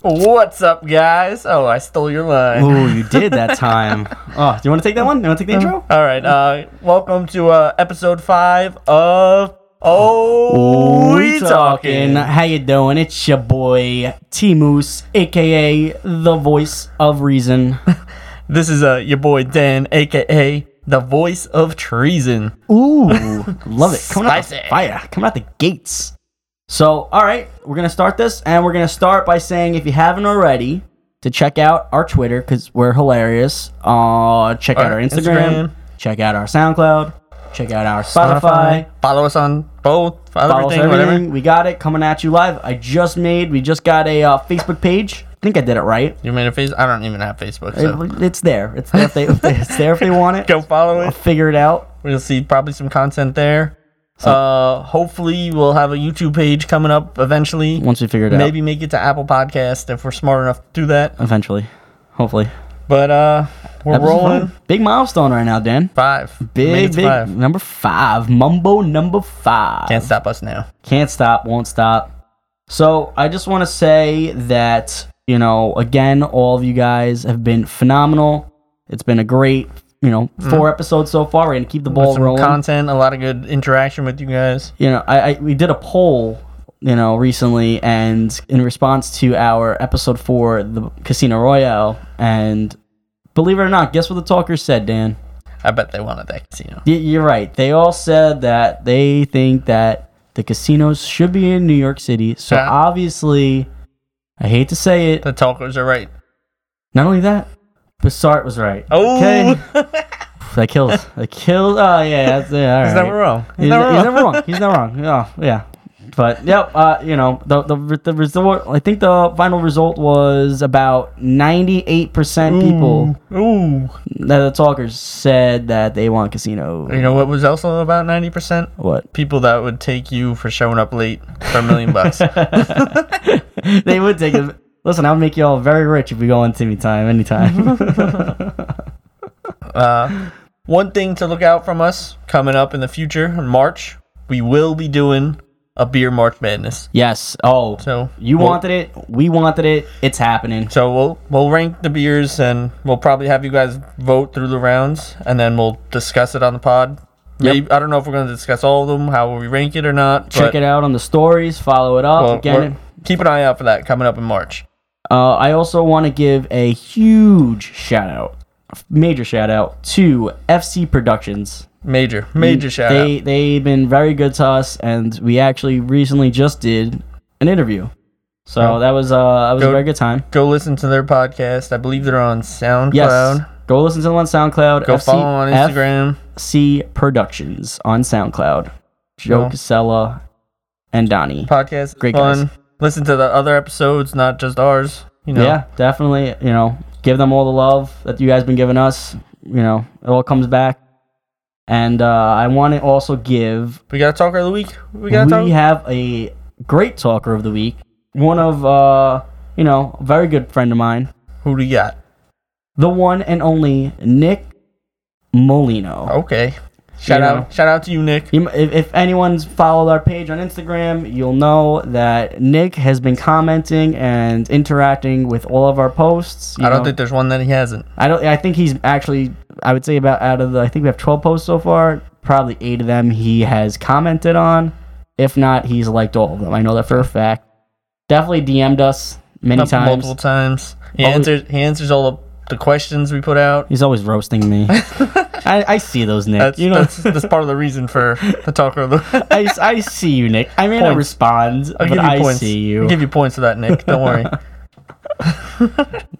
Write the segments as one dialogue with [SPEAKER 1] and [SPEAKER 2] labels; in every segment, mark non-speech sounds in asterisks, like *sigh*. [SPEAKER 1] What's up, guys? Oh, I stole your line.
[SPEAKER 2] Ooh, you did
[SPEAKER 1] *laughs*
[SPEAKER 2] that time. Oh, do you want to take that one? You want to take the intro?
[SPEAKER 1] All right. Uh, welcome to uh, episode five of Oh, we talking.
[SPEAKER 2] How you doing? It's your boy T Moose, aka the voice of reason.
[SPEAKER 1] *laughs* This is uh, your boy Dan, aka the voice of treason.
[SPEAKER 2] Ooh, love it. Coming out the
[SPEAKER 1] Spicy.
[SPEAKER 2] fire. Coming out the gates. So, all right, we're going to start this, and we're going to start by saying if you haven't already, to check out our Twitter because we're hilarious. Uh, check out
[SPEAKER 1] Our
[SPEAKER 2] our Instagram,
[SPEAKER 1] Instagram.
[SPEAKER 2] check out our SoundCloud, check out our Spotify.
[SPEAKER 1] Follow us on both. Follow,
[SPEAKER 2] Follow us
[SPEAKER 1] everything,
[SPEAKER 2] everything.
[SPEAKER 1] whatever.
[SPEAKER 2] We got it coming at you live. I just made. We just got a uh, Facebook page. I think I did it right.
[SPEAKER 1] You made a face. I don't even have Facebook, so
[SPEAKER 2] It- it's there. It's there if they. *laughs* it's there if they want it.
[SPEAKER 1] go follow
[SPEAKER 2] I'll
[SPEAKER 1] it.
[SPEAKER 2] figure it out.
[SPEAKER 1] We'll see probably some content there. Uh, hopefully we'll have a YouTube page coming up eventually.
[SPEAKER 2] Once we figure it
[SPEAKER 1] Maybe make it to Apple Podcast if we're smart enough to do that.
[SPEAKER 2] out. Eventually, hopefully.
[SPEAKER 1] But uh, we're
[SPEAKER 2] That was
[SPEAKER 1] rolling
[SPEAKER 2] fun. Big milestone right now, Dan.
[SPEAKER 1] five. Made it
[SPEAKER 2] Big,
[SPEAKER 1] to
[SPEAKER 2] big
[SPEAKER 1] Five.
[SPEAKER 2] number five. Mumbo number 5
[SPEAKER 1] Can't stop us now.
[SPEAKER 2] Can't stop, won't stop. So I just want to say that, you know, again, all of you guys have been phenomenal. It's been a great, you know, four episodes so far. We're gonna keep the ball
[SPEAKER 1] Some
[SPEAKER 2] rolling.
[SPEAKER 1] content, a lot of good interaction with you guys.
[SPEAKER 2] you know, I, I we did a poll, you know, recently, and in response to our episode four, the Casino Royale, and believe it or not, guess what the talkers said, Dan?
[SPEAKER 1] I bet they wanted that casino.
[SPEAKER 2] Y- You're right. They all said that they think that the casinos should be in New York City. So
[SPEAKER 1] Yeah.
[SPEAKER 2] obviously, I hate to say it.
[SPEAKER 1] The talkers are right.
[SPEAKER 2] Not only that, Bassart was right.
[SPEAKER 1] Oh, *laughs*
[SPEAKER 2] that kills. That kills. Oh yeah, that's, yeah all
[SPEAKER 1] he's
[SPEAKER 2] right.
[SPEAKER 1] never wrong. He's,
[SPEAKER 2] He's,
[SPEAKER 1] never
[SPEAKER 2] he's
[SPEAKER 1] wrong.
[SPEAKER 2] never wrong. He's never wrong. Yeah, yeah. But yep, uh, you know the the the result. I think the final result was about ninety eight percent people
[SPEAKER 1] Ooh.
[SPEAKER 2] that the talkers said that they want casino.
[SPEAKER 1] You know what was also about ninety percent?
[SPEAKER 2] What?
[SPEAKER 1] People that would take you for showing up late for a million
[SPEAKER 2] *laughs*
[SPEAKER 1] bucks.
[SPEAKER 2] they would take it. Listen, I'll make you all very rich if we go on Timmy time anytime.
[SPEAKER 1] Uh, one thing to look out from us coming up in the future in March, we will be doing a beer March Madness.
[SPEAKER 2] yes. Oh,
[SPEAKER 1] So
[SPEAKER 2] you
[SPEAKER 1] we'll-
[SPEAKER 2] wanted it. We wanted it. It's happening.
[SPEAKER 1] So we'll we'll rank the beers and we'll probably have you guys vote through the rounds and then we'll discuss it on the pod. Maybe I don't know if we're going to discuss all of them, how we rank it or not.
[SPEAKER 2] Check it out on the stories. Follow it up. Again,
[SPEAKER 1] keep an eye out for that coming up in March.
[SPEAKER 2] Uh, I also want to give a huge shout out, major shout out to FC Productions.
[SPEAKER 1] Major, major shout out.
[SPEAKER 2] They they've been very good to us, and we actually recently just did an interview. So
[SPEAKER 1] Yeah.
[SPEAKER 2] that was uh, that was
[SPEAKER 1] Go-
[SPEAKER 2] a very good time.
[SPEAKER 1] Go listen to their podcast. I believe they're on SoundCloud.
[SPEAKER 2] Yes, go listen to them on SoundCloud.
[SPEAKER 1] Go follow 'em on Instagram.
[SPEAKER 2] FC Productions on SoundCloud. Joe
[SPEAKER 1] Yeah.
[SPEAKER 2] Casella and Donnie.
[SPEAKER 1] Podcast is
[SPEAKER 2] Great
[SPEAKER 1] fun.
[SPEAKER 2] guys.
[SPEAKER 1] Listen to the other episodes, not just ours. You know.
[SPEAKER 2] Yeah, definitely. You know, give them all the love that you guys been giving us. You know, it all comes back. And uh, I want to also give.
[SPEAKER 1] We got a talker of the week. We
[SPEAKER 2] We,
[SPEAKER 1] got a talk.
[SPEAKER 2] have a great talker of the week. One of uh, you know, a very good friend of mine,
[SPEAKER 1] Who do you got?
[SPEAKER 2] the one and only Nick Molino.
[SPEAKER 1] Okay. Shout
[SPEAKER 2] You
[SPEAKER 1] out.
[SPEAKER 2] know.
[SPEAKER 1] Shout out to you, Nick.
[SPEAKER 2] You, m- if, if anyone's followed our page on Instagram, you'll know that Nick has been commenting and interacting with all of our posts. you
[SPEAKER 1] I don't
[SPEAKER 2] know.
[SPEAKER 1] think there's one that he hasn't.
[SPEAKER 2] I don't. I think he's actually. I would say about out of the. I think we have twelve posts so far. Probably eight of them he has commented on. If not, he's liked all of them. I know that for a fact. Definitely DM'd us many
[SPEAKER 1] Up
[SPEAKER 2] times.
[SPEAKER 1] Multiple times. He
[SPEAKER 2] Always-
[SPEAKER 1] answers. He answers all the, the questions we put out.
[SPEAKER 2] He's always roasting
[SPEAKER 1] *laughs*
[SPEAKER 2] me. I, I see those Nick.
[SPEAKER 1] That's
[SPEAKER 2] you know.
[SPEAKER 1] that's, that's part of the reason for the talker. of the-
[SPEAKER 2] I, I see you, Nick. I may not
[SPEAKER 1] Points.
[SPEAKER 2] respond,
[SPEAKER 1] I'll give
[SPEAKER 2] but
[SPEAKER 1] you
[SPEAKER 2] *laughs* I
[SPEAKER 1] points.
[SPEAKER 2] see
[SPEAKER 1] I'll
[SPEAKER 2] you.
[SPEAKER 1] give you points for that, Nick. Don't
[SPEAKER 2] *laughs*
[SPEAKER 1] worry.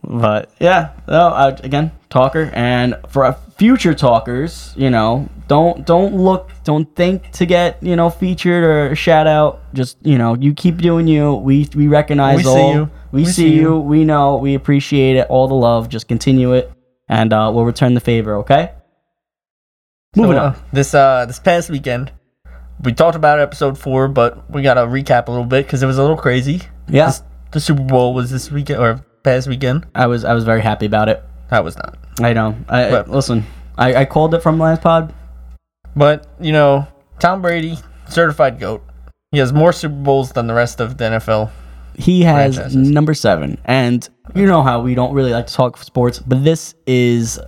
[SPEAKER 2] But yeah, no, I, again, talker, and for our future talkers, you know, don't don't look, don't think to get you know featured or shout out. Just you know, you keep doing you. We we recognize
[SPEAKER 1] We see
[SPEAKER 2] all.
[SPEAKER 1] you.
[SPEAKER 2] We, see, you. We know. We appreciate it. All the love. Just continue it, and uh, we'll return the favor. Okay. Moving
[SPEAKER 1] So, uh,
[SPEAKER 2] on.
[SPEAKER 1] This uh this past weekend, we talked about episode four, but we gotta recap a little bit because it was a little crazy.
[SPEAKER 2] Yeah,
[SPEAKER 1] This, the Super Bowl was this weekend or past weekend.
[SPEAKER 2] I was I was very happy about it.
[SPEAKER 1] I was not.
[SPEAKER 2] I know. I
[SPEAKER 1] But-
[SPEAKER 2] listen. I, I called it from last pod.
[SPEAKER 1] But you know, Tom Brady, certified goat. He has more Super Bowls than the rest of the NFL.
[SPEAKER 2] He has
[SPEAKER 1] Franchises.
[SPEAKER 2] number seven, and you know how we don't really like to talk sports, but this is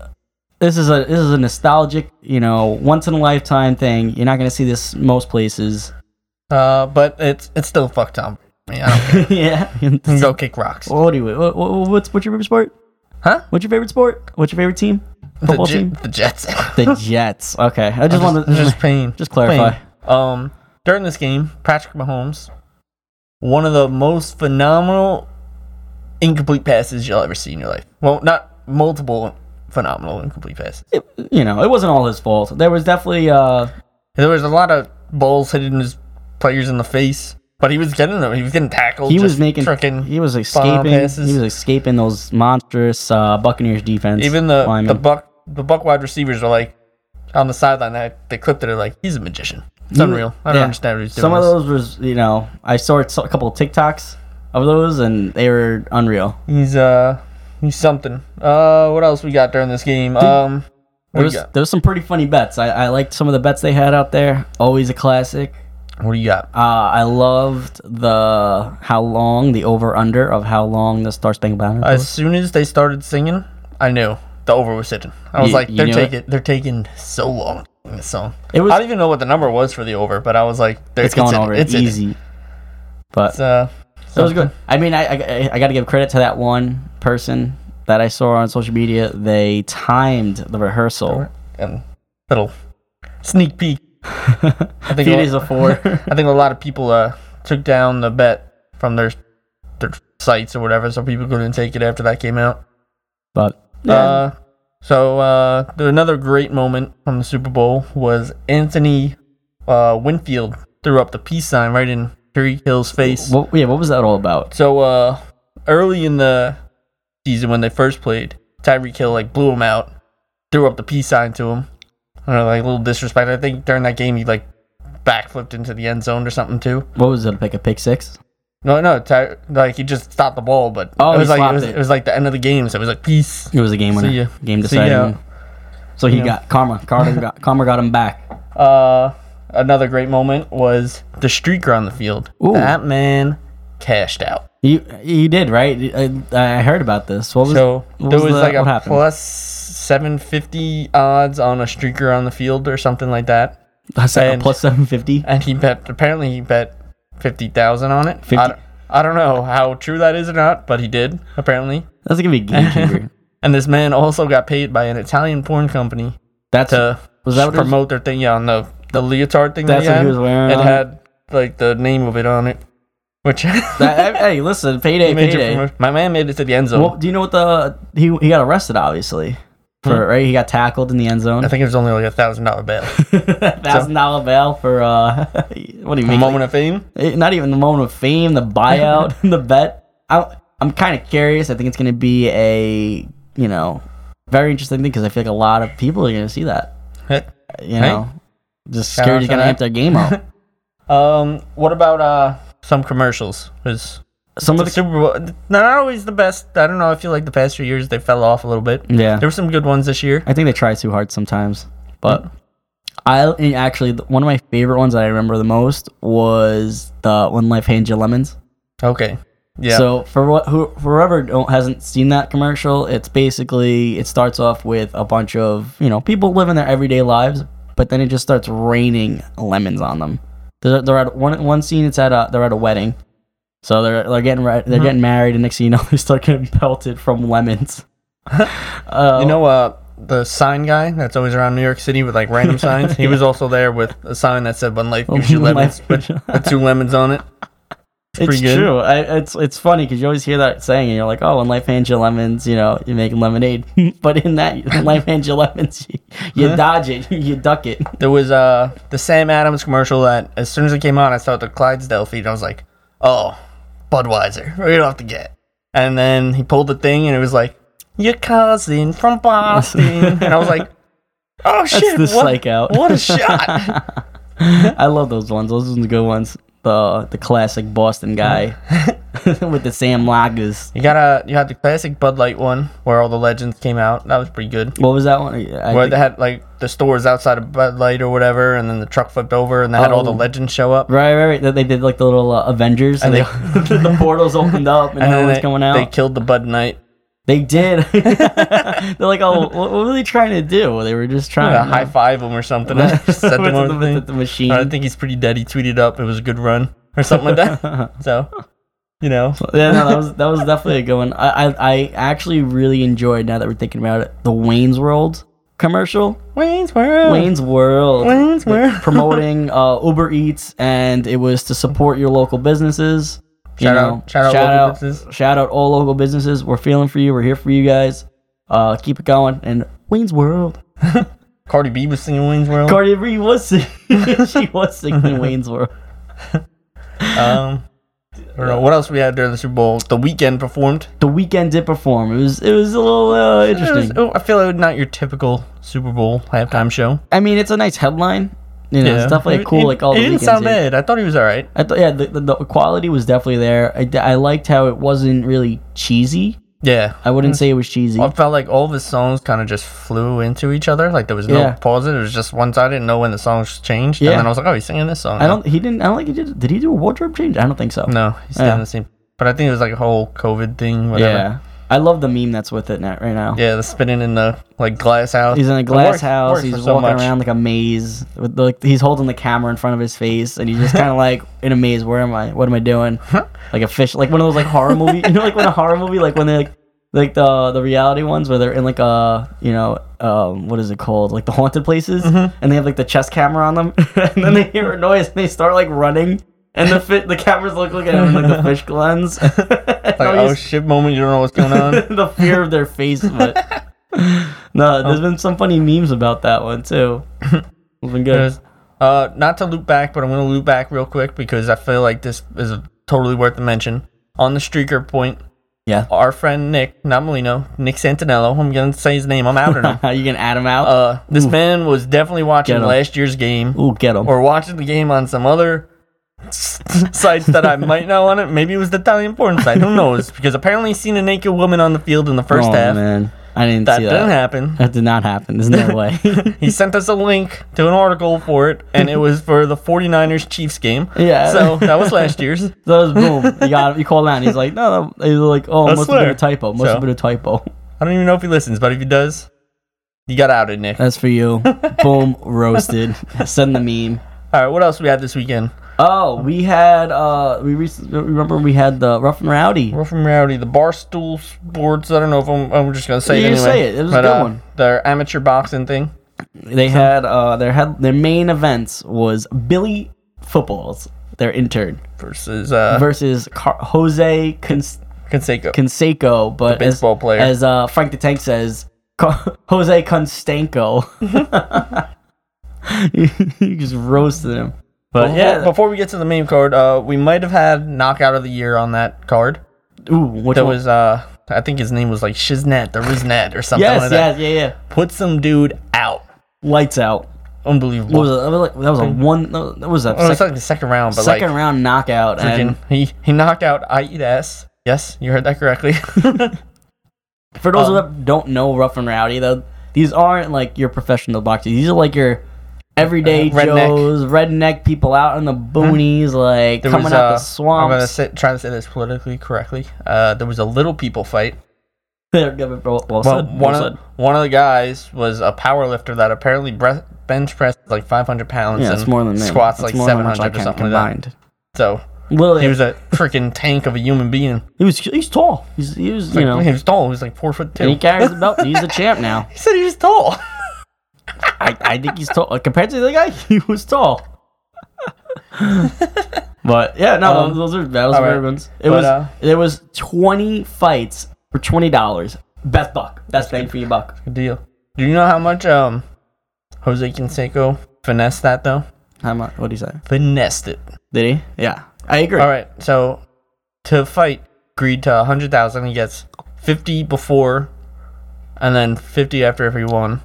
[SPEAKER 2] this is a this is a nostalgic, you know, once in a lifetime thing. You're not gonna see this most places. *laughs*
[SPEAKER 1] Uh, but it's it's still fuck Tom. Brady. I don't
[SPEAKER 2] yeah.
[SPEAKER 1] care. Go kick rocks.
[SPEAKER 2] what do you? What, what, what's what's your favorite sport?
[SPEAKER 1] Huh?
[SPEAKER 2] What's your favorite sport? What's your favorite team?
[SPEAKER 1] The,
[SPEAKER 2] Football
[SPEAKER 1] Je-
[SPEAKER 2] team.
[SPEAKER 1] the
[SPEAKER 2] *laughs*
[SPEAKER 1] Jets.
[SPEAKER 2] The Jets. Okay, I
[SPEAKER 1] *laughs*
[SPEAKER 2] just,
[SPEAKER 1] just,
[SPEAKER 2] wanted to
[SPEAKER 1] just pain.
[SPEAKER 2] just clarify.
[SPEAKER 1] Pain. Um, during this game, Patrick Mahomes, one of the most phenomenal incomplete passes you'll ever see in your life. Well, not multiple phenomenal incomplete passes.
[SPEAKER 2] It- *laughs* you know, it wasn't all his fault. There was definitely uh,
[SPEAKER 1] There was a lot of balls hitting his players in the face, but he was getting them. He was getting tackled.
[SPEAKER 2] he
[SPEAKER 1] just
[SPEAKER 2] was making
[SPEAKER 1] frickin'
[SPEAKER 2] he was escaping
[SPEAKER 1] passes.
[SPEAKER 2] he was escaping those monstrous uh, Buccaneers defense.
[SPEAKER 1] Even the the
[SPEAKER 2] linemen.
[SPEAKER 1] buck the buck wide receivers are like on the sideline. They, they clipped it. They're like, he's a magician. It's
[SPEAKER 2] You-
[SPEAKER 1] unreal. I don't
[SPEAKER 2] yeah.
[SPEAKER 1] understand what he's doing.
[SPEAKER 2] some of
[SPEAKER 1] this.
[SPEAKER 2] those was you know I saw it- saw a couple of TikToks of those and they were unreal.
[SPEAKER 1] He's uh he's something. Uh, what else we got during this game? Um, what do
[SPEAKER 2] There
[SPEAKER 1] you
[SPEAKER 2] was,
[SPEAKER 1] got?
[SPEAKER 2] there was some pretty funny bets. I, I liked some of the bets they had out there. Always a classic.
[SPEAKER 1] What do you got?
[SPEAKER 2] Uh, I loved the how long the over under of how long the Star Spangled Banner. was.
[SPEAKER 1] As soon as they started singing, I knew the over was sitting. I was
[SPEAKER 2] You-
[SPEAKER 1] like,
[SPEAKER 2] you
[SPEAKER 1] they're
[SPEAKER 2] knew it?
[SPEAKER 1] taking they're taking so long in this song.
[SPEAKER 2] It was-
[SPEAKER 1] I don't even know what the number was for the over, but I was like, they're-
[SPEAKER 2] it's going
[SPEAKER 1] in it,
[SPEAKER 2] over
[SPEAKER 1] It's
[SPEAKER 2] it's
[SPEAKER 1] in it.
[SPEAKER 2] easy. But
[SPEAKER 1] It's, uh,
[SPEAKER 2] That was good. I mean, I, I, I got to give credit to that one person that I saw on social media. They timed the rehearsal
[SPEAKER 1] And little sneak peek.
[SPEAKER 2] *laughs*
[SPEAKER 1] I
[SPEAKER 2] a
[SPEAKER 1] think a
[SPEAKER 2] few
[SPEAKER 1] lo-
[SPEAKER 2] days before.
[SPEAKER 1] *laughs* I think a lot of people uh, took down the bet from their their sites or whatever, so people couldn't take it after that came out.
[SPEAKER 2] but yeah,
[SPEAKER 1] Uh, so uh, there- another great moment from the Super Bowl was Anthony uh, Winfield threw up the peace sign right in Tyreek Hill's face.
[SPEAKER 2] what, yeah, what was that all about?
[SPEAKER 1] So uh, early in the season when they first played, Tyreek Hill like blew him out, threw up the peace sign to him. I don't know, like a little disrespect. I think during that game he like backflipped into the end zone or something too.
[SPEAKER 2] What was it? Like a pick six?
[SPEAKER 1] No, no, Ty- like he just stopped the ball, but
[SPEAKER 2] Oh,
[SPEAKER 1] it
[SPEAKER 2] he
[SPEAKER 1] was like it
[SPEAKER 2] slapped
[SPEAKER 1] was,
[SPEAKER 2] it.
[SPEAKER 1] it was like the end of the game, so it was like peace.
[SPEAKER 2] It was a game
[SPEAKER 1] See ya.
[SPEAKER 2] winner, game
[SPEAKER 1] See ya.
[SPEAKER 2] deciding. So he
[SPEAKER 1] Yeah.
[SPEAKER 2] got karma. Karma got, karma got him back.
[SPEAKER 1] Uh, another great moment was the streaker on the field.
[SPEAKER 2] Ooh.
[SPEAKER 1] That man cashed out.
[SPEAKER 2] You you did right. I, I heard about this. What was
[SPEAKER 1] So
[SPEAKER 2] what
[SPEAKER 1] there was,
[SPEAKER 2] was the-
[SPEAKER 1] like a
[SPEAKER 2] what happened?
[SPEAKER 1] plus 750 odds on a streaker on the field or something like that,
[SPEAKER 2] *laughs* That's a
[SPEAKER 1] and-
[SPEAKER 2] plus seven fifty?
[SPEAKER 1] and he bet. Apparently, he bet 50,000 on it.
[SPEAKER 2] 50?
[SPEAKER 1] I, don't, I don't know how true that is or not, but he did apparently.
[SPEAKER 2] That's gonna be a
[SPEAKER 1] *laughs*
[SPEAKER 2] game changer.
[SPEAKER 1] And this man also got paid by an Italian porn company
[SPEAKER 2] That's
[SPEAKER 1] to
[SPEAKER 2] was that what it was?
[SPEAKER 1] promote their thing. Yeah, on the the leotard thing.
[SPEAKER 2] That's
[SPEAKER 1] that he had.
[SPEAKER 2] what he was wearing
[SPEAKER 1] It
[SPEAKER 2] on it?
[SPEAKER 1] had like the name of it on it, which *laughs*
[SPEAKER 2] that, hey, listen, payday,
[SPEAKER 1] major
[SPEAKER 2] payday.
[SPEAKER 1] promotion. My man made it to the end zone.
[SPEAKER 2] Well, do you know what the he he got arrested obviously for
[SPEAKER 1] Hmm.
[SPEAKER 2] right? He got tackled in the end
[SPEAKER 1] *laughs*
[SPEAKER 2] zone.
[SPEAKER 1] I think it was only like a thousand dollar *laughs* bail.
[SPEAKER 2] *laughs* Thousand dollar bail for uh, *laughs* what do you
[SPEAKER 1] A
[SPEAKER 2] mean?
[SPEAKER 1] moment of fame.
[SPEAKER 2] Eh, not even the moment of fame, the buyout, *laughs* the bet. I, I'm kind of curious. I think it's going to be a you know very interesting thing because I feel like a lot of people are going to see that. You know, just
[SPEAKER 1] Shout out
[SPEAKER 2] scared he's
[SPEAKER 1] to
[SPEAKER 2] going to
[SPEAKER 1] that.
[SPEAKER 2] amp their
[SPEAKER 1] *laughs*
[SPEAKER 2] game up.
[SPEAKER 1] Um, what about uh some commercials? Is
[SPEAKER 2] Some
[SPEAKER 1] the
[SPEAKER 2] of the
[SPEAKER 1] Super Bowl not always the best? I don't know. I feel like the past few years they fell off a little bit.
[SPEAKER 2] yeah,
[SPEAKER 1] There were some good ones this year.
[SPEAKER 2] I think they try too hard sometimes. But I and actually th- one of my favorite ones that I remember the most was the "When Life Hands You Lemons."
[SPEAKER 1] Okay. Yeah.
[SPEAKER 2] So for what who forever don't, hasn't seen that commercial, it's basically it starts off with a bunch of you know people living their everyday lives, but then it just starts raining lemons on them. They're, they're at one one scene. It's at a they're at a wedding, so they're they're getting re-
[SPEAKER 1] Mm-hmm.
[SPEAKER 2] they're getting married, and next thing you know, *laughs* they start getting pelted from lemons. uh,
[SPEAKER 1] you know, uh, the sign guy that's always around New York City with like *laughs* random signs. He was also there with a sign that said "One Oh, Life Gives You
[SPEAKER 2] One
[SPEAKER 1] Lemons"
[SPEAKER 2] Life
[SPEAKER 1] with,
[SPEAKER 2] Gives You-
[SPEAKER 1] with two lemons on it.
[SPEAKER 2] It's
[SPEAKER 1] pretty good.
[SPEAKER 2] true. I, it's it's funny because you always hear that saying, and you're like, "Oh, when life hands you lemons, you know, you make lemonade." *laughs* but in that, when life hands you lemons, *laughs* you, you dodge it, *laughs* you duck it.
[SPEAKER 1] There was uh the Sam Adams commercial that as soon as it came on, I saw the Clydesdale feed. And I was like, oh, Budweiser, *laughs* we don't have to get. And then he pulled the thing, and it was like, your cousin from
[SPEAKER 2] *laughs*
[SPEAKER 1] Boston. and I was like, oh shit,
[SPEAKER 2] the
[SPEAKER 1] what,
[SPEAKER 2] psych
[SPEAKER 1] *laughs*
[SPEAKER 2] out. *laughs*
[SPEAKER 1] what a shot!
[SPEAKER 2] I love those ones. Those are the good ones. The the classic Boston guy. *laughs* with the Sam Lagers.
[SPEAKER 1] You got a you had the classic Bud Light one where all the legends came out. That was pretty good.
[SPEAKER 2] What was that one? I
[SPEAKER 1] where
[SPEAKER 2] think-
[SPEAKER 1] they had like the stores outside of Bud Light or whatever, and then the truck flipped over and they had all the
[SPEAKER 2] Oh.
[SPEAKER 1] legends show up.
[SPEAKER 2] Right, right, right. That They did like the little uh, Avengers, and,
[SPEAKER 1] And
[SPEAKER 2] they, *laughs* the portals opened up, and,
[SPEAKER 1] *laughs* And then
[SPEAKER 2] everyone's
[SPEAKER 1] they,
[SPEAKER 2] coming
[SPEAKER 1] they
[SPEAKER 2] out.
[SPEAKER 1] killed the Bud Knight.
[SPEAKER 2] They,
[SPEAKER 1] *laughs*
[SPEAKER 2] did. *laughs* They're like, oh, what, what were they trying to do? They were just trying
[SPEAKER 1] Yeah,
[SPEAKER 2] to
[SPEAKER 1] high five him or *laughs* something.
[SPEAKER 2] *laughs* with,
[SPEAKER 1] Set them
[SPEAKER 2] the,
[SPEAKER 1] on
[SPEAKER 2] with
[SPEAKER 1] the thing.
[SPEAKER 2] the- the machine.
[SPEAKER 1] I think he's pretty dead. He tweeted up it was a good run or something like *laughs* that. so, you know,
[SPEAKER 2] yeah, no, that was that was definitely a good one. I, I I actually really enjoyed now that we're thinking about it the Wayne's World commercial.
[SPEAKER 1] Wayne's World.
[SPEAKER 2] Wayne's World.
[SPEAKER 1] Wayne's
[SPEAKER 2] Like,
[SPEAKER 1] World.
[SPEAKER 2] promoting
[SPEAKER 1] *laughs*
[SPEAKER 2] uh, Uber Eats, and it was to support your local businesses. You
[SPEAKER 1] Shout out-
[SPEAKER 2] know,
[SPEAKER 1] shout out local businesses.
[SPEAKER 2] Shout out all local businesses. We're feeling for you. We're here for you guys. Uh, keep it going. And
[SPEAKER 1] *laughs*
[SPEAKER 2] Wayne's World.
[SPEAKER 1] Cardi B was singing Wayne's World.
[SPEAKER 2] Cardi B was *laughs* singing. she was
[SPEAKER 1] *laughs*
[SPEAKER 2] singing Wayne's World.
[SPEAKER 1] um, I don't know what else we had during the Super Bowl. The weekend performed.
[SPEAKER 2] The weekend did perform. It was it was a little uh,
[SPEAKER 1] It was-
[SPEAKER 2] interesting.
[SPEAKER 1] oh, I feel like not your typical Super Bowl halftime show.
[SPEAKER 2] I mean, it's a nice headline. You know, it's definitely
[SPEAKER 1] It-
[SPEAKER 2] cool.
[SPEAKER 1] it-
[SPEAKER 2] like all
[SPEAKER 1] it
[SPEAKER 2] the
[SPEAKER 1] didn't
[SPEAKER 2] weekends
[SPEAKER 1] sound
[SPEAKER 2] here.
[SPEAKER 1] bad. I thought he was all right.
[SPEAKER 2] I thought yeah, the, the, the quality was definitely there. I, I liked how it wasn't really cheesy.
[SPEAKER 1] Yeah,
[SPEAKER 2] I wouldn't say it was cheesy.
[SPEAKER 1] I felt like all of his songs kind of just flew into each other. Like there was no
[SPEAKER 2] Yeah.
[SPEAKER 1] pauses. It was just once I didn't know when the songs changed,
[SPEAKER 2] Yeah.
[SPEAKER 1] and then I was like, oh, he's singing this song.
[SPEAKER 2] I
[SPEAKER 1] now.
[SPEAKER 2] don't. He didn't. I don't think he did. Did he do a wardrobe change? I don't think so.
[SPEAKER 1] No, he's
[SPEAKER 2] Yeah.
[SPEAKER 1] down the same. But I think it was like a whole COVID thing. Whatever.
[SPEAKER 2] Yeah. I love the meme that's with it now, right now.
[SPEAKER 1] Yeah, the spinning in the like glass house.
[SPEAKER 2] He's in a
[SPEAKER 1] It
[SPEAKER 2] glass
[SPEAKER 1] works-
[SPEAKER 2] house.
[SPEAKER 1] works
[SPEAKER 2] he's
[SPEAKER 1] for
[SPEAKER 2] walking
[SPEAKER 1] so much.
[SPEAKER 2] around like a maze. With the, like, he's holding the camera in front of his face, and he's
[SPEAKER 1] *laughs*
[SPEAKER 2] just kind of like in a maze. Where am I? What am I doing? like a fish. Like one of those like horror movie. You know, like when a horror movie, like when they like like the the reality ones where they're in like a you know um what is it called like the haunted places
[SPEAKER 1] Mm-hmm.
[SPEAKER 2] and they have like the chest camera on them *laughs* and then they hear a noise and they start like running and the fi- the cameras look like at him like the fish glens *laughs*
[SPEAKER 1] Like oh shit moment, you don't know what's going on.
[SPEAKER 2] the fear of their
[SPEAKER 1] *laughs*
[SPEAKER 2] face. But no, there's been some funny memes about that
[SPEAKER 1] *laughs*
[SPEAKER 2] one too. It's been good.
[SPEAKER 1] There's- uh, not to loop back, but I'm gonna loop back real quick because I feel like this is totally worth the mention. On the streaker point,
[SPEAKER 2] Yeah.
[SPEAKER 1] our friend Nick, not Molino, Nick Santinello. I'm gonna say his name. I'm out on him.
[SPEAKER 2] How *laughs* you gonna add him out?
[SPEAKER 1] Uh, this man was definitely watching
[SPEAKER 2] Get him.
[SPEAKER 1] last year's game.
[SPEAKER 2] Ooh, get him.
[SPEAKER 1] or watching the game on some other *laughs* sites that
[SPEAKER 2] *laughs*
[SPEAKER 1] I might not want to. Maybe it was the Italian porn site. Who knows? Because apparently, he's seen a naked woman on the field in the first
[SPEAKER 2] oh
[SPEAKER 1] half.
[SPEAKER 2] man, I didn't
[SPEAKER 1] That
[SPEAKER 2] see
[SPEAKER 1] didn't
[SPEAKER 2] that. *laughs*
[SPEAKER 1] happen.
[SPEAKER 2] That did not happen. There's
[SPEAKER 1] *laughs*
[SPEAKER 2] no way. *laughs*
[SPEAKER 1] He sent us a link to an article for it, and it was for the 49ers Chiefs game.
[SPEAKER 2] *laughs* Yeah.
[SPEAKER 1] So that was last year's.
[SPEAKER 2] so that was boom. You got him. You call down. He's like, no. no. He's like, oh,
[SPEAKER 1] I
[SPEAKER 2] must have been
[SPEAKER 1] swear.
[SPEAKER 2] a typo. Must
[SPEAKER 1] So-
[SPEAKER 2] have been a typo. *laughs*
[SPEAKER 1] I don't even know if he listens, but if he does, you got outed, Nick. All
[SPEAKER 2] That's
[SPEAKER 1] *laughs*
[SPEAKER 2] for you. boom, roasted. Send the meme.
[SPEAKER 1] right, what else we had this weekend?
[SPEAKER 2] Oh, we had uh, we recently remember we had the rough and rowdy.
[SPEAKER 1] Rough and Rowdy, the Barstool Sports. I don't know if I'm, I'm just going to say
[SPEAKER 2] You
[SPEAKER 1] it
[SPEAKER 2] just
[SPEAKER 1] anyway.
[SPEAKER 2] say it. It was a good
[SPEAKER 1] uh,
[SPEAKER 2] one.
[SPEAKER 1] Their amateur boxing thing.
[SPEAKER 2] They had uh their head their main events was Billy Footballs, their intern,
[SPEAKER 1] Versus uh,
[SPEAKER 2] versus Car- Jose Cons-
[SPEAKER 1] Conseco.
[SPEAKER 2] Canseco, but
[SPEAKER 1] The baseball
[SPEAKER 2] as,
[SPEAKER 1] player.
[SPEAKER 2] as uh, Frank the Tank says, Car- *laughs* Jose Constanco. *laughs* you just roasted him. But
[SPEAKER 1] Before,
[SPEAKER 2] yeah,
[SPEAKER 1] before we get to the main card, uh, we might have had knockout of the year on that card.
[SPEAKER 2] ooh, which
[SPEAKER 1] There
[SPEAKER 2] one?
[SPEAKER 1] was, uh, I think his name was like Shiznat or Riznat or something
[SPEAKER 2] yes,
[SPEAKER 1] like that.
[SPEAKER 2] yes, yeah, yeah.
[SPEAKER 1] Put some dude out.
[SPEAKER 2] Lights out. What
[SPEAKER 1] Unbelievable.
[SPEAKER 2] was it? That was, like, that was a one. no, That was a
[SPEAKER 1] Well, Oh, it's
[SPEAKER 2] sec-
[SPEAKER 1] like the second round, but
[SPEAKER 2] second
[SPEAKER 1] like
[SPEAKER 2] round knockout, and
[SPEAKER 1] freaking, he he knocked out I eat ass. Yes, you heard that correctly. *laughs*
[SPEAKER 2] For those
[SPEAKER 1] Um,
[SPEAKER 2] of that don't know Rough and Rowdy, though, these aren't like your professional boxers. These are like your everyday
[SPEAKER 1] Uh, redneck.
[SPEAKER 2] Joes, redneck people out in the boonies, like coming out the
[SPEAKER 1] uh, I'm gonna
[SPEAKER 2] swamps.
[SPEAKER 1] say, try to say this politically correctly. Uh, there was a little people fight.
[SPEAKER 2] *laughs* They're gonna be well, well
[SPEAKER 1] Well,
[SPEAKER 2] said,
[SPEAKER 1] one
[SPEAKER 2] well
[SPEAKER 1] of one of the guys was a power lifter that apparently bre- bench pressed like 500 pounds
[SPEAKER 2] said. yeah,
[SPEAKER 1] and
[SPEAKER 2] it's more than me.
[SPEAKER 1] squats
[SPEAKER 2] It's
[SPEAKER 1] like
[SPEAKER 2] more than how much
[SPEAKER 1] 700
[SPEAKER 2] I
[SPEAKER 1] or
[SPEAKER 2] can
[SPEAKER 1] something like that.
[SPEAKER 2] combined.
[SPEAKER 1] So
[SPEAKER 2] Literally,
[SPEAKER 1] He was a freaking tank of a human being.
[SPEAKER 2] he's tall. He's he was you
[SPEAKER 1] Like,
[SPEAKER 2] know,
[SPEAKER 1] He was tall. He was like four foot two. *laughs*
[SPEAKER 2] and he carries the belt. and He's a champ now.
[SPEAKER 1] He said he was tall. *laughs*
[SPEAKER 2] I, I think he's tall compared to the other guy. *laughs* He was tall. but yeah, no,
[SPEAKER 1] Um,
[SPEAKER 2] those are that was
[SPEAKER 1] all right.
[SPEAKER 2] rare ones. It
[SPEAKER 1] But,
[SPEAKER 2] was
[SPEAKER 1] uh,
[SPEAKER 2] there was twenty fights for twenty dollars. Best buck, best bang for your buck.
[SPEAKER 1] Good deal. Do you know how much um Jose Canseco finessed that though?
[SPEAKER 2] How much? What did he say?
[SPEAKER 1] Finessed it.
[SPEAKER 2] Did he? Yeah, I agree.
[SPEAKER 1] All right. So to fight, agreed to a hundred thousand. He gets fifty before, and then fifty after if he won.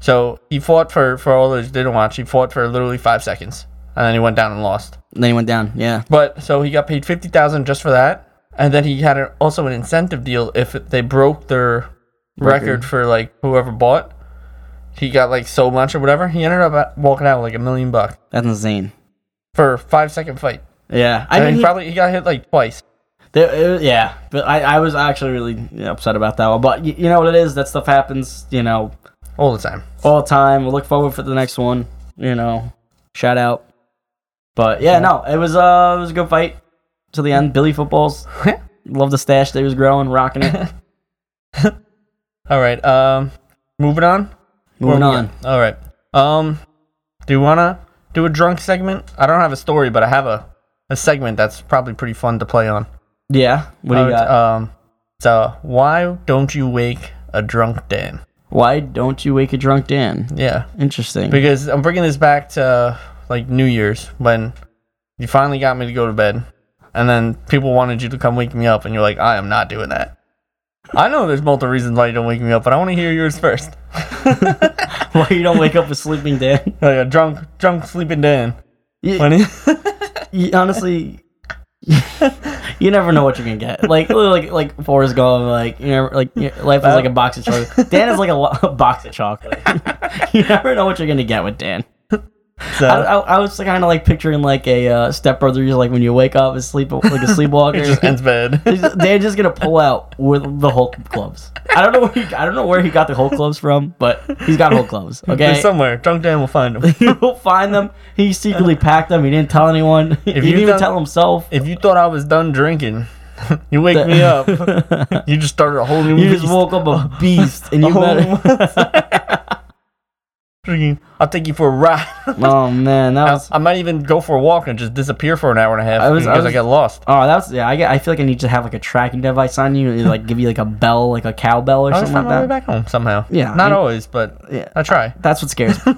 [SPEAKER 1] So he fought for for all those who didn't watch. He fought for literally five seconds, and then he went down and lost.
[SPEAKER 2] Then he went down. Yeah,
[SPEAKER 1] But so he got paid fifty thousand just for that, and then he had a, also an incentive deal if they broke their record.
[SPEAKER 2] Record.
[SPEAKER 1] for like whoever bought. He got like so much or whatever. He ended up at- walking out with like a million bucks
[SPEAKER 2] That's insane.
[SPEAKER 1] for a five second fight.
[SPEAKER 2] Yeah, I
[SPEAKER 1] I
[SPEAKER 2] mean,
[SPEAKER 1] mean,
[SPEAKER 2] he-
[SPEAKER 1] probably he got hit like twice.
[SPEAKER 2] there- uh, yeah, but I, I was actually really upset about that one. But y- you know what it is? That stuff happens. You know,
[SPEAKER 1] all the time.
[SPEAKER 2] all the time. We'll look forward for the next one. You know, shout out. But yeah, no, it was uh, it was a good fight to the end. Billy footballs, love the stash that he was growing,
[SPEAKER 1] *laughs*
[SPEAKER 2] rocking it.
[SPEAKER 1] all right. Um, moving on.
[SPEAKER 2] Moving
[SPEAKER 1] Where we
[SPEAKER 2] on.
[SPEAKER 1] at? All right. Um, do you wanna do a drunk segment? I don't have a story, but I have a a segment that's probably pretty fun to play on.
[SPEAKER 2] Yeah, what do you
[SPEAKER 1] Uh,
[SPEAKER 2] got?
[SPEAKER 1] Um, so why don't you wake a drunk Dan?
[SPEAKER 2] Why don't you wake a drunk Dan?
[SPEAKER 1] Yeah,
[SPEAKER 2] Interesting.
[SPEAKER 1] because I'm bringing this back to uh, like New Year's when you finally got me to go to bed, and then people wanted you to come wake me up, and you're like, I am not doing that. I know there's multiple reasons why you don't wake me up, but I want to hear yours first.
[SPEAKER 2] *laughs* Why you don't wake up a sleeping Dan?
[SPEAKER 1] *laughs* Like a Oh, drunk, drunk sleeping Dan. *laughs*
[SPEAKER 2] You-
[SPEAKER 1] When he-
[SPEAKER 2] you, honestly, *laughs* you never know what you're gonna get. Like like like Forrest Gump, like you know, like yeah, life is like a box of chocolate. Dan is like a, lo- *laughs* a box of chocolate. *laughs* you never know what you're gonna get with Dan.
[SPEAKER 1] so,
[SPEAKER 2] I, I, I was kind of like picturing like a uh, stepbrother. You're like when you wake up, is sleep
[SPEAKER 1] *laughs*
[SPEAKER 2] like a sleepwalker.
[SPEAKER 1] it just
[SPEAKER 2] *laughs*
[SPEAKER 1] ends bad.
[SPEAKER 2] He's just- They're just gonna pull out with the Hulk gloves. I don't know where he, I don't know where he got the Hulk gloves from, but he's got Hulk gloves.
[SPEAKER 1] They're
[SPEAKER 2] *laughs* Okay,
[SPEAKER 1] somewhere. Drunk Dan will find
[SPEAKER 2] *laughs*
[SPEAKER 1] them.
[SPEAKER 2] he will find them. He secretly packed them. He didn't tell anyone. he
[SPEAKER 1] you've
[SPEAKER 2] didn't even
[SPEAKER 1] done-
[SPEAKER 2] tell himself.
[SPEAKER 1] if you thought I was done drinking, *laughs* you wake
[SPEAKER 2] *laughs*
[SPEAKER 1] me up. You just started a whole new.
[SPEAKER 2] you just
[SPEAKER 1] beast.
[SPEAKER 2] woke
[SPEAKER 1] *laughs*
[SPEAKER 2] up a beast, and
[SPEAKER 1] A
[SPEAKER 2] you
[SPEAKER 1] whole
[SPEAKER 2] better.
[SPEAKER 1] Freaking, I'll take you for a ride.
[SPEAKER 2] *laughs*
[SPEAKER 1] *laughs*
[SPEAKER 2] Oh man, that was.
[SPEAKER 1] I might even go for a walk and just disappear for an hour and a half
[SPEAKER 2] I was- I
[SPEAKER 1] because I,
[SPEAKER 2] was-
[SPEAKER 1] get lost.
[SPEAKER 2] Oh, that's yeah. I, get, I feel like I need to have like a tracking device on you, and like give you like a bell, like a cowbell or
[SPEAKER 1] I always find
[SPEAKER 2] something like
[SPEAKER 1] my way
[SPEAKER 2] that.
[SPEAKER 1] back home somehow.
[SPEAKER 2] Yeah,
[SPEAKER 1] not
[SPEAKER 2] I-
[SPEAKER 1] always, but
[SPEAKER 2] Yeah.
[SPEAKER 1] I try.
[SPEAKER 2] That's what scares me.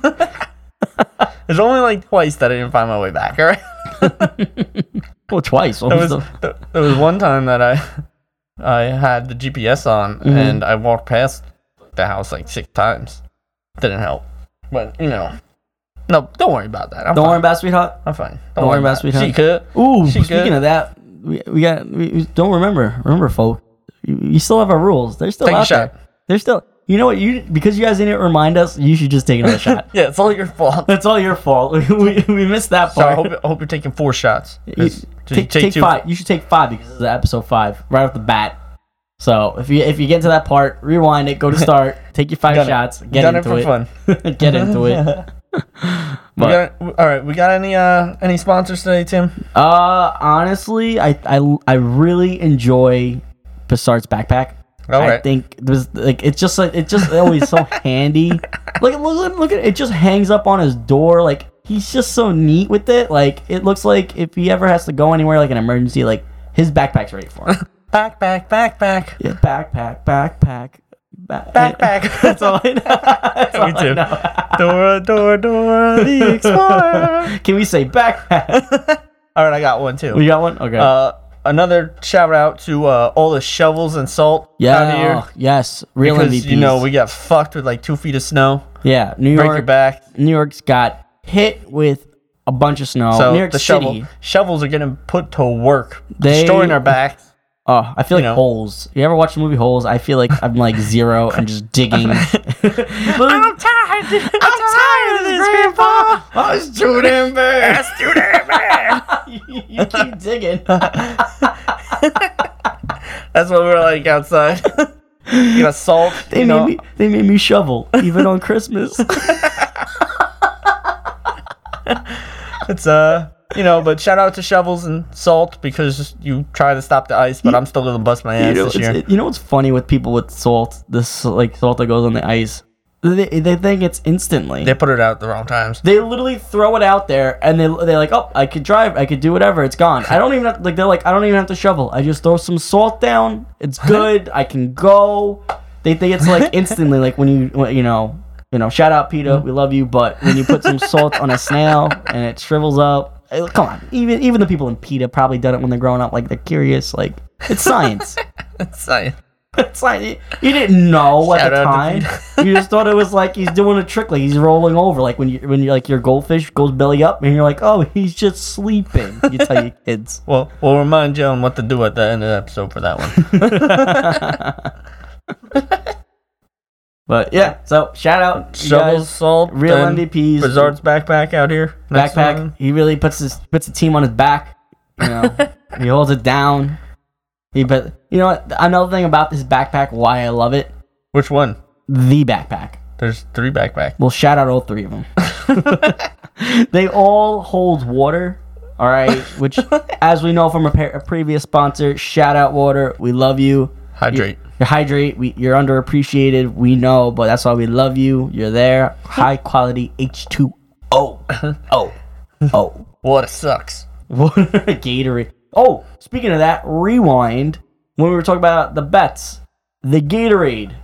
[SPEAKER 1] There's only like twice that I didn't find my way back. *laughs* All right,
[SPEAKER 2] Well, twice. What
[SPEAKER 1] there
[SPEAKER 2] was
[SPEAKER 1] was
[SPEAKER 2] the-
[SPEAKER 1] there, there was one time that I *laughs* I had the GPS on
[SPEAKER 2] Mm-hmm.
[SPEAKER 1] and I walked past the house like six times. Didn't help, but you know, no, don't worry about that. I'm
[SPEAKER 2] Don't
[SPEAKER 1] fine.
[SPEAKER 2] worry about it, sweetheart.
[SPEAKER 1] I'm fine. Don't,
[SPEAKER 2] worry about
[SPEAKER 1] it.
[SPEAKER 2] sweetheart.
[SPEAKER 1] She could.
[SPEAKER 2] Ooh,
[SPEAKER 1] She good.
[SPEAKER 2] speaking of that, we, we got we, we don't remember. Remember, folk, you, you still have our rules. They're still
[SPEAKER 1] Take a
[SPEAKER 2] out
[SPEAKER 1] shot.
[SPEAKER 2] there. They're still. You know what? You because you guys didn't remind us, you should just
[SPEAKER 1] *laughs*
[SPEAKER 2] take another shot.
[SPEAKER 1] Yeah, it's all your
[SPEAKER 2] *laughs*
[SPEAKER 1] fault.
[SPEAKER 2] That's all your fault. We, we, we missed that
[SPEAKER 1] So I
[SPEAKER 2] part. *laughs*
[SPEAKER 1] hope I hope you're taking four shots.
[SPEAKER 2] You-
[SPEAKER 1] 'Cause did you
[SPEAKER 2] take take
[SPEAKER 1] two-
[SPEAKER 2] five. You should take five because it's episode five right off the bat. So if you if you get to that part, rewind
[SPEAKER 1] *laughs*
[SPEAKER 2] it, go to start, take your five
[SPEAKER 1] Done it.
[SPEAKER 2] shots, get
[SPEAKER 1] Done it
[SPEAKER 2] into
[SPEAKER 1] for
[SPEAKER 2] it,
[SPEAKER 1] fun.
[SPEAKER 2] *laughs* get
[SPEAKER 1] *laughs*
[SPEAKER 2] into it.
[SPEAKER 1] We got, all right, we got any uh any sponsors today, Tim?
[SPEAKER 2] Uh, honestly, I I, I really enjoy Passart's backpack.
[SPEAKER 1] All
[SPEAKER 2] I
[SPEAKER 1] right.
[SPEAKER 2] think there's like it's just like it's just
[SPEAKER 1] *laughs*
[SPEAKER 2] always so handy. Like look, look look at it just hangs up on his door. Like he's just so neat with it. Like it looks like if he ever has to go anywhere like an emergency, like his backpack's ready
[SPEAKER 1] *laughs*
[SPEAKER 2] for him.
[SPEAKER 1] Back, back, back, back,
[SPEAKER 2] yeah, backpack, backpack, back,
[SPEAKER 1] backpack.
[SPEAKER 2] *laughs* That's all
[SPEAKER 1] *laughs*
[SPEAKER 2] I know. That's all
[SPEAKER 1] Me
[SPEAKER 2] I
[SPEAKER 1] too. *laughs*
[SPEAKER 2] know.
[SPEAKER 1] Dora, Dora, Dora
[SPEAKER 2] *laughs*
[SPEAKER 1] the Explorer.
[SPEAKER 2] Can we say backpack?
[SPEAKER 1] *laughs* All right, I got one too.
[SPEAKER 2] We got one. Okay.
[SPEAKER 1] Uh, another shout out to uh, all the shovels and salt out
[SPEAKER 2] yeah. Oh,
[SPEAKER 1] here
[SPEAKER 2] Yes. Real
[SPEAKER 1] because
[SPEAKER 2] MVPs.
[SPEAKER 1] you know we got fucked with like two feet of snow.
[SPEAKER 2] yeah. New
[SPEAKER 1] Break your
[SPEAKER 2] York.
[SPEAKER 1] back.
[SPEAKER 2] New York's got hit with a bunch of snow.
[SPEAKER 1] So
[SPEAKER 2] New York
[SPEAKER 1] the
[SPEAKER 2] City.
[SPEAKER 1] shovel shovels are getting put to work,
[SPEAKER 2] They-
[SPEAKER 1] destroying our backs.
[SPEAKER 2] Oh, I feel like
[SPEAKER 1] know.
[SPEAKER 2] holes. You ever watch the movie Holes? I feel like I'm like zero and just digging. *laughs*
[SPEAKER 1] *laughs*
[SPEAKER 2] I'm
[SPEAKER 1] tired. I'm,
[SPEAKER 2] tired of this, Grandpa.
[SPEAKER 1] I was too damn bad. too damn bad.
[SPEAKER 2] *laughs* you
[SPEAKER 1] *laughs*
[SPEAKER 2] keep digging.
[SPEAKER 1] That's what we're like
[SPEAKER 2] *laughs*
[SPEAKER 1] outside. you got salt.
[SPEAKER 2] They
[SPEAKER 1] you
[SPEAKER 2] made
[SPEAKER 1] know,
[SPEAKER 2] me. They made me shovel even
[SPEAKER 1] *laughs*
[SPEAKER 2] on Christmas.
[SPEAKER 1] It's uh, you know, but shout out to shovels and salt because you try to stop the ice, but I'm still gonna bust my ass
[SPEAKER 2] you, know,
[SPEAKER 1] this
[SPEAKER 2] it's-
[SPEAKER 1] year.
[SPEAKER 2] it- you know what's funny with people with salt? This like salt that goes on the ice. They, they think it's instantly.
[SPEAKER 1] They put it out the wrong
[SPEAKER 2] *laughs*
[SPEAKER 1] times.
[SPEAKER 2] They literally throw it out there and they they're like, oh, I could drive, I could do whatever, it's gone. I don't even have like they're like, I don't even have to shovel. I just throw some salt down, it's good, I can go. They think it's like instantly, like when you when, you know you know shout out Peter, we love you, but when you put some salt on a snail and it shrivels up, eh, come on, even even the people in Peter probably done it when they're growing up, like they're curious, like it's science.
[SPEAKER 1] It's like,
[SPEAKER 2] *laughs* It's like you you didn't know at
[SPEAKER 1] Shout
[SPEAKER 2] the
[SPEAKER 1] out to
[SPEAKER 2] time. *laughs* you just thought it was like he's doing a trick, like he's rolling over, like when you when you like your goldfish goes belly up, and you're like, oh, he's just sleeping. You tell
[SPEAKER 1] *laughs*
[SPEAKER 2] your kids.
[SPEAKER 1] Well, we'll remind John what to do at the end of the episode for that
[SPEAKER 2] *laughs*
[SPEAKER 1] one.
[SPEAKER 2] But yeah, so shout out you
[SPEAKER 1] Shovel
[SPEAKER 2] guys.
[SPEAKER 1] salt,
[SPEAKER 2] real
[SPEAKER 1] then
[SPEAKER 2] MVPs.
[SPEAKER 1] Bizarre's backpack out here. next
[SPEAKER 2] backpack.
[SPEAKER 1] one.
[SPEAKER 2] He really puts his puts the team on his back.
[SPEAKER 1] *laughs*
[SPEAKER 2] You know, he holds it down. He but you know what? Another thing about this backpack, why I love it,
[SPEAKER 1] Which one?
[SPEAKER 2] the backpack.
[SPEAKER 1] There's three backpack.
[SPEAKER 2] Well, shout out all three of them. they all hold water. All right, which, as we know from a, pa- a previous sponsor, shout out water. We love you.
[SPEAKER 1] Hydrate.
[SPEAKER 2] You hydrate. We, you're underappreciated. We know, but that's why we love you. You're there. High quality H2O. Oh, *laughs* oh.
[SPEAKER 1] Water sucks.
[SPEAKER 2] Water, *laughs* Gatorade. Oh, speaking of that, rewind when we were talking about the bets, the Gatorade,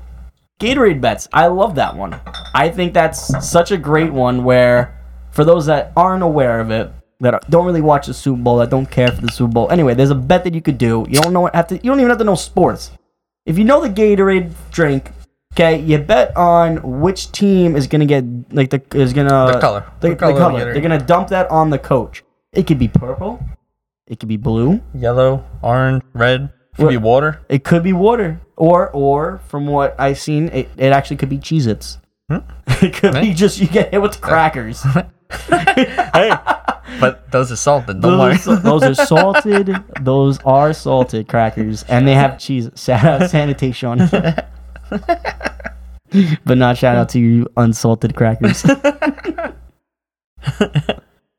[SPEAKER 2] Gatorade bets. I love that one. I think that's such a great one. Where, for those that aren't aware of it, that don't really watch the Super Bowl, that don't care for the Super Bowl. Anyway, there's a bet that you could do. You don't know have to. You don't even have to know sports. If you know the Gatorade drink, okay, you bet on which team is gonna get like the is gonna
[SPEAKER 1] The color.
[SPEAKER 2] the,
[SPEAKER 1] The
[SPEAKER 2] the
[SPEAKER 1] color of the
[SPEAKER 2] color.
[SPEAKER 1] Gatorade.
[SPEAKER 2] They're gonna dump that on the coach. It could be purple. It could be blue.
[SPEAKER 1] Yellow, orange, red. Could be
[SPEAKER 2] What?
[SPEAKER 1] water.
[SPEAKER 2] It could be water, or or from what I've seen, it, it actually could be Cheez-Its.
[SPEAKER 1] Hmm?
[SPEAKER 2] *laughs* It could be just you get hit with crackers.
[SPEAKER 1] *laughs* But those are salted. Don't worry.
[SPEAKER 2] those, those
[SPEAKER 1] *laughs*
[SPEAKER 2] are salted. Those are salted crackers, and they have cheese. *laughs* Shout out sanitation.
[SPEAKER 1] *laughs*
[SPEAKER 2] but not shout out to you unsalted
[SPEAKER 1] *laughs*
[SPEAKER 2] crackers.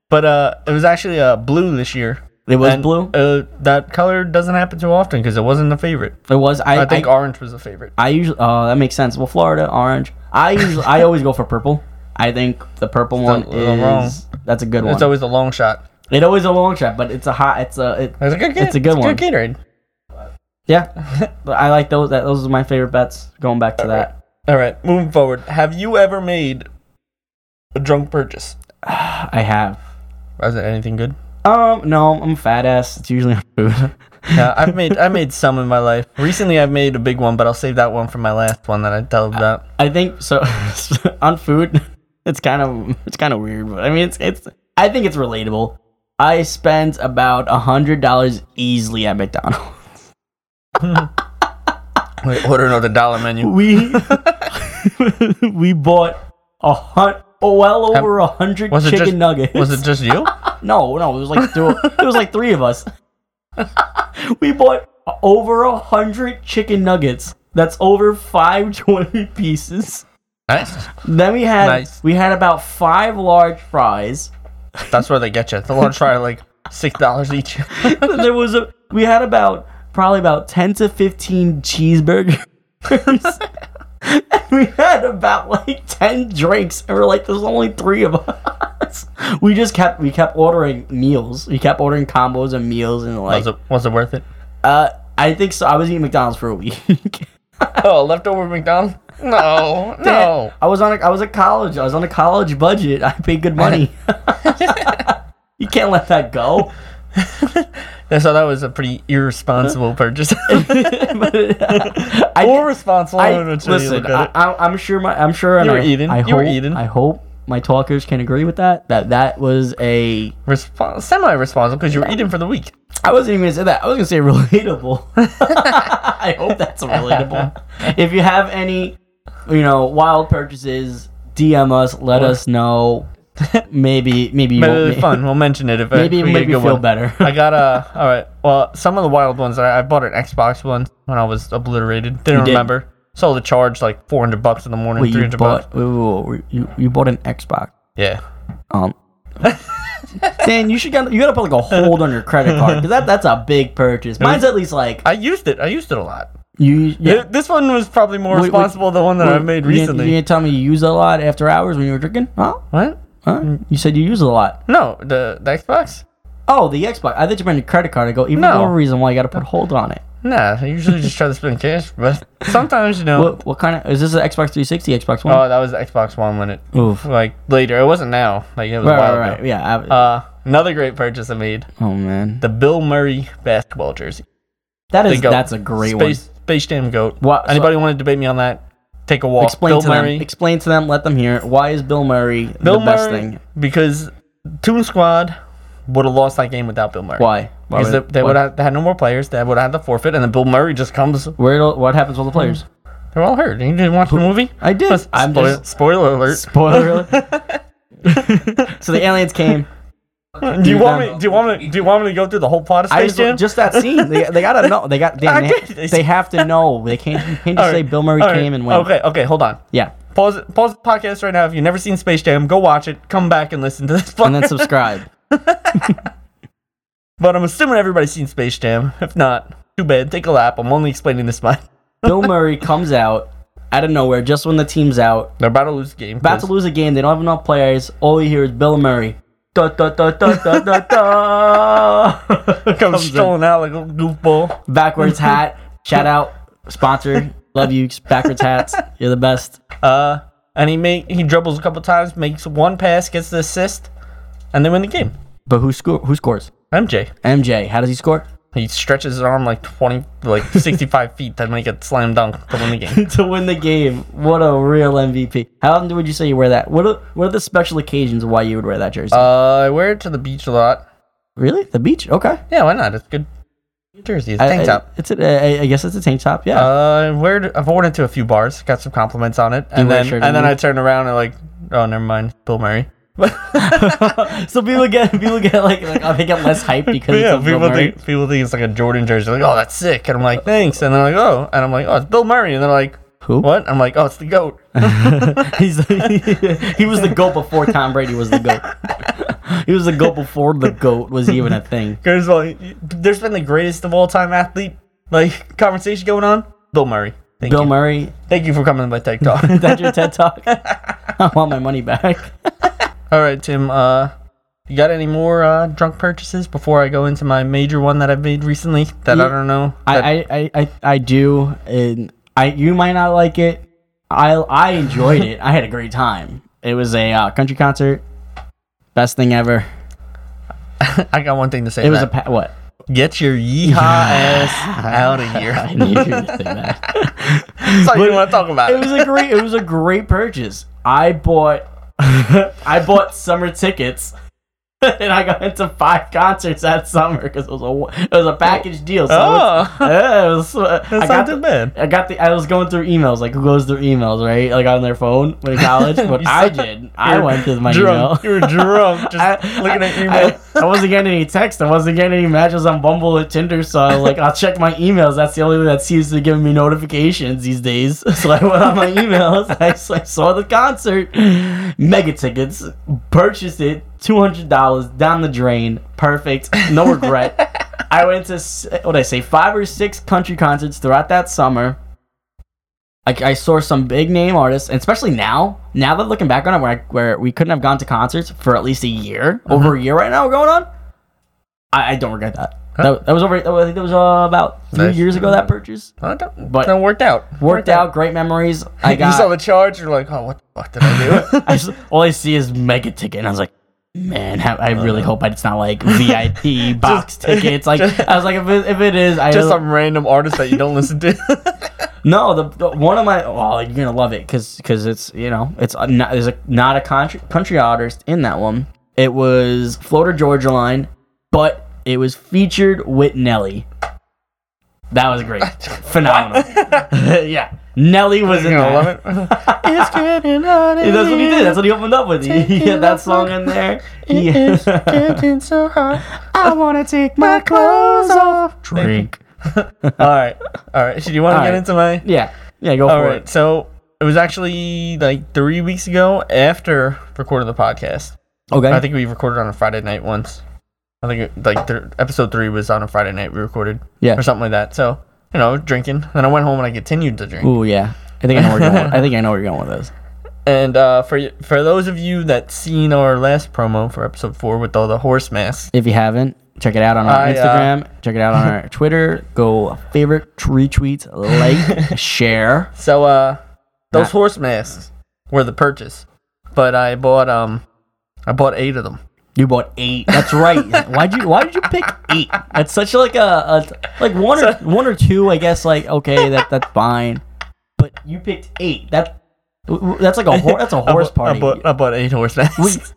[SPEAKER 1] But uh, it was actually uh blue this year.
[SPEAKER 2] It was
[SPEAKER 1] And,
[SPEAKER 2] blue.
[SPEAKER 1] Uh, that color doesn't happen too often because it wasn't a favorite.
[SPEAKER 2] It was. I,
[SPEAKER 1] I,
[SPEAKER 2] I
[SPEAKER 1] think orange was a favorite.
[SPEAKER 2] I usually oh that makes sense. Well, Florida orange. I usually I always go for purple. I think the purple one
[SPEAKER 1] not- it's not
[SPEAKER 2] is that's a good one.
[SPEAKER 1] It's always a long shot.
[SPEAKER 2] it always a long shot, but it's a hot. It's a it,
[SPEAKER 1] It's a good.
[SPEAKER 2] It's a good one.
[SPEAKER 1] Good Gatorade.
[SPEAKER 2] yeah. *laughs* but I like those. That those are my favorite bets. Going back to that,
[SPEAKER 1] All right, moving forward. Have you ever made a drunk purchase?
[SPEAKER 2] I have.
[SPEAKER 1] Was it anything good?
[SPEAKER 2] Um, no, I'm a fat ass. It's usually on food.
[SPEAKER 1] *laughs*
[SPEAKER 2] *laughs*
[SPEAKER 1] Yeah, I've made I made some in my life. Recently, I've made a big one, but I'll save that one for my last one that I tell about.
[SPEAKER 2] I think so. *laughs* on food, *laughs* it's kind of it's kind of weird, but I mean it's it's. I think it's relatable. I spent about a hundred dollars easily at McDonald's. *laughs*
[SPEAKER 1] Wait, order another dollar menu.
[SPEAKER 2] we *laughs* we bought a hun- well over a hundred
[SPEAKER 1] Was it
[SPEAKER 2] chicken
[SPEAKER 1] just-
[SPEAKER 2] nuggets.
[SPEAKER 1] Was it just you?
[SPEAKER 2] No, no, it was like two, it was like three of us. we bought over a hundred chicken nuggets. That's over five twenty pieces.
[SPEAKER 1] Nice.
[SPEAKER 2] Then we had
[SPEAKER 1] Nice.
[SPEAKER 2] we had about five large fries.
[SPEAKER 1] That's where they get you. The large fry are like six dollars *laughs* each.
[SPEAKER 2] there was a we had about probably about 10 to 15 cheeseburgers *laughs* and we had about like 10 drinks and we're like there's only three of us we just kept we kept ordering meals we kept ordering combos and meals and like
[SPEAKER 1] Was it was it worth it?
[SPEAKER 2] uh i think so i was eating mcdonald's for a week *laughs*
[SPEAKER 1] Oh, leftover McDonald's? No, *laughs* no.
[SPEAKER 2] i was on a, i was a college i was on a college budget i paid
[SPEAKER 1] *laughs*
[SPEAKER 2] good money *laughs* you can't let that go *laughs*
[SPEAKER 1] Yeah, So that was a pretty irresponsible *laughs* purchase.
[SPEAKER 2] uh, I-
[SPEAKER 1] or responsible.
[SPEAKER 2] I,
[SPEAKER 1] I, don't know which way you
[SPEAKER 2] listen,
[SPEAKER 1] look at
[SPEAKER 2] I,
[SPEAKER 1] it.
[SPEAKER 2] I, I'm sure my I'm sure and
[SPEAKER 1] You were
[SPEAKER 2] I,
[SPEAKER 1] eating.
[SPEAKER 2] I
[SPEAKER 1] You were
[SPEAKER 2] hope,
[SPEAKER 1] eating.
[SPEAKER 2] I hope my talkers can agree with that. That that was a
[SPEAKER 1] Respon- semi-responsible because you were eating for the week.
[SPEAKER 2] I wasn't even gonna say that. I was gonna say
[SPEAKER 1] *laughs*
[SPEAKER 2] relatable. *laughs* I hope that's relatable. if you have any, you know, wild purchases, DM us. Let us know. Maybe maybe
[SPEAKER 1] Maybe
[SPEAKER 2] you won't
[SPEAKER 1] it'll be
[SPEAKER 2] ma-
[SPEAKER 1] fun. We'll mention it if
[SPEAKER 2] Maybe
[SPEAKER 1] if
[SPEAKER 2] it
[SPEAKER 1] we get a
[SPEAKER 2] made me
[SPEAKER 1] good
[SPEAKER 2] feel
[SPEAKER 1] one.
[SPEAKER 2] better.
[SPEAKER 1] I got a all right. Well, some of the wild ones. I, I bought an Xbox one when I was obliterated. Didn't
[SPEAKER 2] did?
[SPEAKER 1] remember. Saw the charge like four hundred bucks in the morning.
[SPEAKER 2] Wait,
[SPEAKER 1] Three
[SPEAKER 2] *laughs* you
[SPEAKER 1] hundred bucks.
[SPEAKER 2] bought wait, wait, wait, you you bought an Xbox.
[SPEAKER 1] Yeah. *laughs*
[SPEAKER 2] Um, Dan, you should get, you gotta put like a hold on your credit card because that, that's a big purchase. Mine's at least like
[SPEAKER 1] I used it. I used it a lot.
[SPEAKER 2] you. Yeah,
[SPEAKER 1] Th- This one was probably more
[SPEAKER 2] Wait, wait,
[SPEAKER 1] responsible than one that I made
[SPEAKER 2] You didn't-
[SPEAKER 1] recently.
[SPEAKER 2] You, didn't tell me you use it a lot after hours when you were drinking, huh?
[SPEAKER 1] What? Mm.
[SPEAKER 2] Huh? You said you use it a lot.
[SPEAKER 1] No, the, the Xbox.
[SPEAKER 2] Oh, the Xbox. I thought you meant your credit card. I go even
[SPEAKER 1] No.
[SPEAKER 2] more reason why you gotta put hold on it.
[SPEAKER 1] Nah, I usually just try to spend cash, but *laughs* sometimes you know.
[SPEAKER 2] What what kind of is this an Xbox 360, Xbox One?
[SPEAKER 1] oh, that was the Xbox One when Uh, it
[SPEAKER 2] Oof. Right,
[SPEAKER 1] like later. It wasn't now. Like it was a
[SPEAKER 2] right,
[SPEAKER 1] while
[SPEAKER 2] right.
[SPEAKER 1] ago.
[SPEAKER 2] Yeah. I,
[SPEAKER 1] Uh, another great purchase I made:
[SPEAKER 2] oh man,
[SPEAKER 1] the Bill Murray basketball jersey.
[SPEAKER 2] that
[SPEAKER 1] They
[SPEAKER 2] is
[SPEAKER 1] go
[SPEAKER 2] that's a great
[SPEAKER 1] space Space Jam goat.
[SPEAKER 2] Why- so-
[SPEAKER 1] Anybody want to debate me on that? Take a walk.
[SPEAKER 2] Explain
[SPEAKER 1] Bill
[SPEAKER 2] to
[SPEAKER 1] Murray.
[SPEAKER 2] them. Explain to them. Let them hear. it. Why is Bill Murray
[SPEAKER 1] Bill Murray.
[SPEAKER 2] the best thing?
[SPEAKER 1] Because Toon Squad would have lost that game without Bill Murray.
[SPEAKER 2] Why? Why
[SPEAKER 1] Because
[SPEAKER 2] would-
[SPEAKER 1] they, they
[SPEAKER 2] why-
[SPEAKER 1] would have they had no more players. They would have had the forfeit, and then Bill Murray just comes.
[SPEAKER 2] Where? do- What happens to all the players?
[SPEAKER 1] They're all hurt. You didn't watch the movie?
[SPEAKER 2] I did.
[SPEAKER 1] Spoil-
[SPEAKER 2] I'm just-
[SPEAKER 1] spoiler alert.
[SPEAKER 2] *laughs*
[SPEAKER 1] *laughs*
[SPEAKER 2] Spoiler. alert. so the aliens came.
[SPEAKER 1] *laughs* do you
[SPEAKER 2] do
[SPEAKER 1] want
[SPEAKER 2] them.
[SPEAKER 1] me? Do you want me? Do you want me to go through the whole plot of
[SPEAKER 2] I
[SPEAKER 1] Space
[SPEAKER 2] just,
[SPEAKER 1] Jam?
[SPEAKER 2] just that scene. They, they gotta know.
[SPEAKER 1] *laughs*
[SPEAKER 2] They got. They,
[SPEAKER 1] I
[SPEAKER 2] they,
[SPEAKER 1] did.
[SPEAKER 2] have to know. They can't. You can't just
[SPEAKER 1] All
[SPEAKER 2] say
[SPEAKER 1] right.
[SPEAKER 2] Bill Murray
[SPEAKER 1] All right.
[SPEAKER 2] came and went.
[SPEAKER 1] Okay, okay, hold on.
[SPEAKER 2] Yeah,
[SPEAKER 1] Pause, pause the podcast right now. If you've never seen Space Jam, go watch it. Come back and listen to this.
[SPEAKER 2] and then
[SPEAKER 1] podcast.
[SPEAKER 2] subscribe.
[SPEAKER 1] *laughs* but I'm assuming everybody's seen Space Jam. If not, too bad. Take a lap. I'm only explaining this much. *laughs*
[SPEAKER 2] Bill Murray comes out out of nowhere just when the team's out,
[SPEAKER 1] They're about to lose the game. *laughs*
[SPEAKER 2] about to lose a game. They don't have enough players. All you hear is Bill Murray. Da, da, da, da, da,
[SPEAKER 1] *laughs*
[SPEAKER 2] da, da.
[SPEAKER 1] Comes
[SPEAKER 2] Comes in.
[SPEAKER 1] strolling out like a goofball.
[SPEAKER 2] Backwards hat. Shout out sponsor. Love you. Backwards hats. You're the best.
[SPEAKER 1] Uh, and he make he dribbles a couple times, makes one pass, gets the assist, and they win the game.
[SPEAKER 2] But who score? Who scores?
[SPEAKER 1] MJ.
[SPEAKER 2] MJ. How does he score? *laughs*
[SPEAKER 1] He stretches his arm like twenty, like sixty-five feet to make a slam dunk to win the game.
[SPEAKER 2] to win the game. What a real MVP. How often would you say you wear that? What are, what are the special occasions why you would wear that jersey?
[SPEAKER 1] Uh, I wear it to the beach a lot.
[SPEAKER 2] really? The beach? Okay.
[SPEAKER 1] Yeah, why not? It's good. Jersey, it's
[SPEAKER 2] I-
[SPEAKER 1] tank
[SPEAKER 2] I-
[SPEAKER 1] top.
[SPEAKER 2] It's a, I, I guess it's a tank top. Yeah.
[SPEAKER 1] Uh, where d- I've worn it to a few bars, got some compliments on it, and
[SPEAKER 2] wear a
[SPEAKER 1] then
[SPEAKER 2] shirt
[SPEAKER 1] and then
[SPEAKER 2] underneath?
[SPEAKER 1] I turned around and like, oh, never mind, Bill Murray.
[SPEAKER 2] *laughs* so people get people get like, like oh, they get less
[SPEAKER 1] *laughs*
[SPEAKER 2] hype because
[SPEAKER 1] yeah,
[SPEAKER 2] it's a Bill
[SPEAKER 1] people
[SPEAKER 2] Murray.
[SPEAKER 1] think people think it's like a Jordan jersey, like, oh, that's sick, and I'm like, thanks, and they're like, oh, and I'm like, oh, it's Bill Murray, and they're like,
[SPEAKER 2] Who?
[SPEAKER 1] What? I'm like, oh, it's the goat.
[SPEAKER 2] *laughs* He's *laughs* he was the goat before Tom Brady was the goat. he was the goat *laughs* before the goat was even a thing.
[SPEAKER 1] Because like, there's been the greatest of all time athlete like *laughs* conversation going on. Bill Murray. Thank
[SPEAKER 2] Bill
[SPEAKER 1] you.
[SPEAKER 2] Murray,
[SPEAKER 1] Thank you for coming to my tech
[SPEAKER 2] *laughs*
[SPEAKER 1] talk.
[SPEAKER 2] is that your
[SPEAKER 1] *laughs*
[SPEAKER 2] TED talk? I want my money back.
[SPEAKER 1] all right, Tim. Uh, you got any more uh, drunk purchases before I go into my major one that I've made recently that I
[SPEAKER 2] Yeah.
[SPEAKER 1] don't know? that-
[SPEAKER 2] I, I, I, I, I do, and I you might not like it. I I enjoyed it. I had a great time. It was a uh, country concert, best thing ever.
[SPEAKER 1] *laughs* I got one thing to say.
[SPEAKER 2] It
[SPEAKER 1] to
[SPEAKER 2] was a
[SPEAKER 1] that.
[SPEAKER 2] pa- what?
[SPEAKER 1] get your yeehaw ass out of
[SPEAKER 2] *laughs*
[SPEAKER 1] *laughs*
[SPEAKER 2] I
[SPEAKER 1] here.
[SPEAKER 2] knew you were gonna
[SPEAKER 1] *laughs*
[SPEAKER 2] say that.
[SPEAKER 1] That's all you want to talk about.
[SPEAKER 2] it was a great it was a great purchase. I bought *laughs* I bought summer tickets *laughs* and I got into five concerts that summer because it was a it was a package deal. So it's-
[SPEAKER 1] oh,
[SPEAKER 2] yeah, it was. uh, I
[SPEAKER 1] that's
[SPEAKER 2] got
[SPEAKER 1] not
[SPEAKER 2] the,
[SPEAKER 1] too bad.
[SPEAKER 2] I got the. I was going through emails, like who goes through emails, right? Like on their phone when in
[SPEAKER 1] *laughs*
[SPEAKER 2] college. But
[SPEAKER 1] You
[SPEAKER 2] I
[SPEAKER 1] suck.
[SPEAKER 2] did. I
[SPEAKER 1] You're
[SPEAKER 2] went through my
[SPEAKER 1] drunk.
[SPEAKER 2] email.
[SPEAKER 1] You were drunk, *laughs* just
[SPEAKER 2] *laughs* I-
[SPEAKER 1] looking at
[SPEAKER 2] I-
[SPEAKER 1] email.
[SPEAKER 2] I, wasn't getting any text. I wasn't getting any matches on Bumble or Tinder. So I was like, I'll check my emails. That's the only thing that seems to be giving me notifications these days. *laughs* So I went on my emails. I, s- I saw the concert, mega tickets, purchased it, two hundred dollars down the drain. Perfect,
[SPEAKER 1] *laughs*
[SPEAKER 2] no regret. I went to what I say five or six country concerts throughout that summer. I, I saw some big name artists, and especially now, now that looking back on it, where, I, where we couldn't have gone to concerts for at least a year,
[SPEAKER 1] Uh-huh.
[SPEAKER 2] over a year right now going on, I, I don't regret that. That, that was over. That was, I think that was uh, about three
[SPEAKER 1] Nice.
[SPEAKER 2] years ago that purchase
[SPEAKER 1] Well, that,
[SPEAKER 2] But-
[SPEAKER 1] that worked out.
[SPEAKER 2] worked out. Great memories.
[SPEAKER 1] *laughs*
[SPEAKER 2] I
[SPEAKER 1] you saw
[SPEAKER 2] got.
[SPEAKER 1] the charge. You're like, oh, what the fuck did I *laughs*
[SPEAKER 2] *laughs*
[SPEAKER 1] do?
[SPEAKER 2] I s- all I see is mega ticket, and I was like. Man, I I really
[SPEAKER 1] Uh.
[SPEAKER 2] hope it's not
[SPEAKER 1] *laughs*
[SPEAKER 2] like VIP box tickets. Like I was like, if it, if it is, I
[SPEAKER 1] just some random artist that you don't listen to. *laughs*
[SPEAKER 2] No, the, the one of my oh, you're gonna love it because it's you know it's a, not there's a not a country country artist in that one. It was Floater Georgia Line, but it was featured with Nelly. That was great, phenomenal. *laughs* yeah, Nelly was in
[SPEAKER 1] You're
[SPEAKER 2] there.
[SPEAKER 1] gonna
[SPEAKER 2] *laughs*
[SPEAKER 1] love it. it's getting on.
[SPEAKER 2] Yeah, That's what he did. That's what he opened up with. *laughs* He, he had that song in there. He-
[SPEAKER 1] getting so
[SPEAKER 2] *laughs*
[SPEAKER 1] hot.
[SPEAKER 2] I wanna take *laughs* my clothes off. Drink.
[SPEAKER 1] All right, all right. So do you want to
[SPEAKER 2] All
[SPEAKER 1] get
[SPEAKER 2] right.
[SPEAKER 1] into my?
[SPEAKER 2] Yeah, yeah, go
[SPEAKER 1] All
[SPEAKER 2] for
[SPEAKER 1] right.
[SPEAKER 2] it.
[SPEAKER 1] So it was actually like three weeks ago after recording the podcast.
[SPEAKER 2] Okay.
[SPEAKER 1] I think we recorded on a Friday night once. I think it, like th- episode three was on a Friday night we recorded.
[SPEAKER 2] Yeah.
[SPEAKER 1] Or something like that. So you know, drinking. Then I went home and I continued to drink.
[SPEAKER 2] Ooh yeah. I think I know where you're going. I think I know where you're going with this.
[SPEAKER 1] And uh, for for those of you that seen our last promo for episode four with all the horse masks,
[SPEAKER 2] If you haven't, check it out on our
[SPEAKER 1] I, uh,
[SPEAKER 2] Instagram. check it out on our *laughs* Twitter. Go uh, favorite, retweet, like, share.
[SPEAKER 1] so uh, those
[SPEAKER 2] Nah.
[SPEAKER 1] horse masks were the purchase, but I bought um, I bought eight of them.
[SPEAKER 2] You bought eight. That's right. why'd you Why did you pick eight? That's such like a, a like one or one or two. I guess like okay, that that's fine. But you picked eight. That that's like a hor- that's a horse
[SPEAKER 1] I bought,
[SPEAKER 2] party.
[SPEAKER 1] I bought, I bought eight horsemen.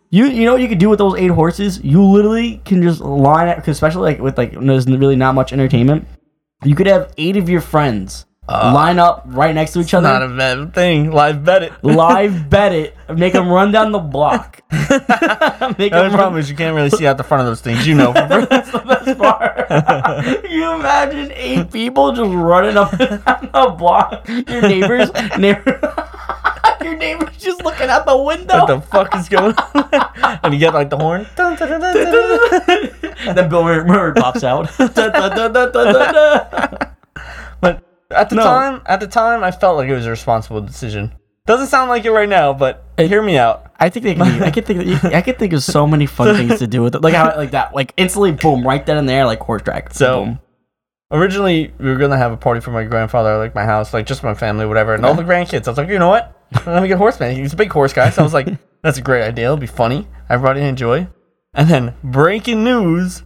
[SPEAKER 2] you you know what you could do with those eight horses? You literally can just line up, cause especially like with like when there's really not much entertainment. You could have eight of your friends line up right next to each other,
[SPEAKER 1] *laughs* Uh, Not a *laughs* bad thing. Live bet it.
[SPEAKER 2] live bet it, make them run down
[SPEAKER 1] *laughs*
[SPEAKER 2] the block. make
[SPEAKER 1] The
[SPEAKER 2] 'em
[SPEAKER 1] only problem
[SPEAKER 2] run.
[SPEAKER 1] is you can't really see out the front of those things. You
[SPEAKER 2] *laughs*
[SPEAKER 1] know.
[SPEAKER 2] That's
[SPEAKER 1] *laughs*
[SPEAKER 2] the best part. Can you imagine eight people just running up and down the block. Your neighbors,
[SPEAKER 1] *laughs*
[SPEAKER 2] neighbor, *laughs* your neighbors just looking out the window.
[SPEAKER 1] what the fuck is going on? *laughs* and you get like the horn. Dun, dun, dun, dun, dun.
[SPEAKER 2] and *laughs* then Bill Murray, Murray pops out.
[SPEAKER 1] *laughs*
[SPEAKER 2] Da-da-da-da-da-da.
[SPEAKER 1] But at the
[SPEAKER 2] No.
[SPEAKER 1] time, at the time, I felt like it was a responsible decision. Doesn't sound like it right now, but hear me out.
[SPEAKER 2] I think they can. Be, I could think. I could think of so many fun things to do with it. Like how, like that, like instantly, boom, right then and there, like horse drag.
[SPEAKER 1] So-
[SPEAKER 2] boom.
[SPEAKER 1] Originally, we were gonna have a party for my grandfather, like my house, like just my family, whatever, and all the grandkids. I was like, you know what? Let me get a horseman. He's a big horse guy, so I was
[SPEAKER 2] *laughs*
[SPEAKER 1] like, that's a great idea. It'll be funny. Everybody enjoy. And then breaking news: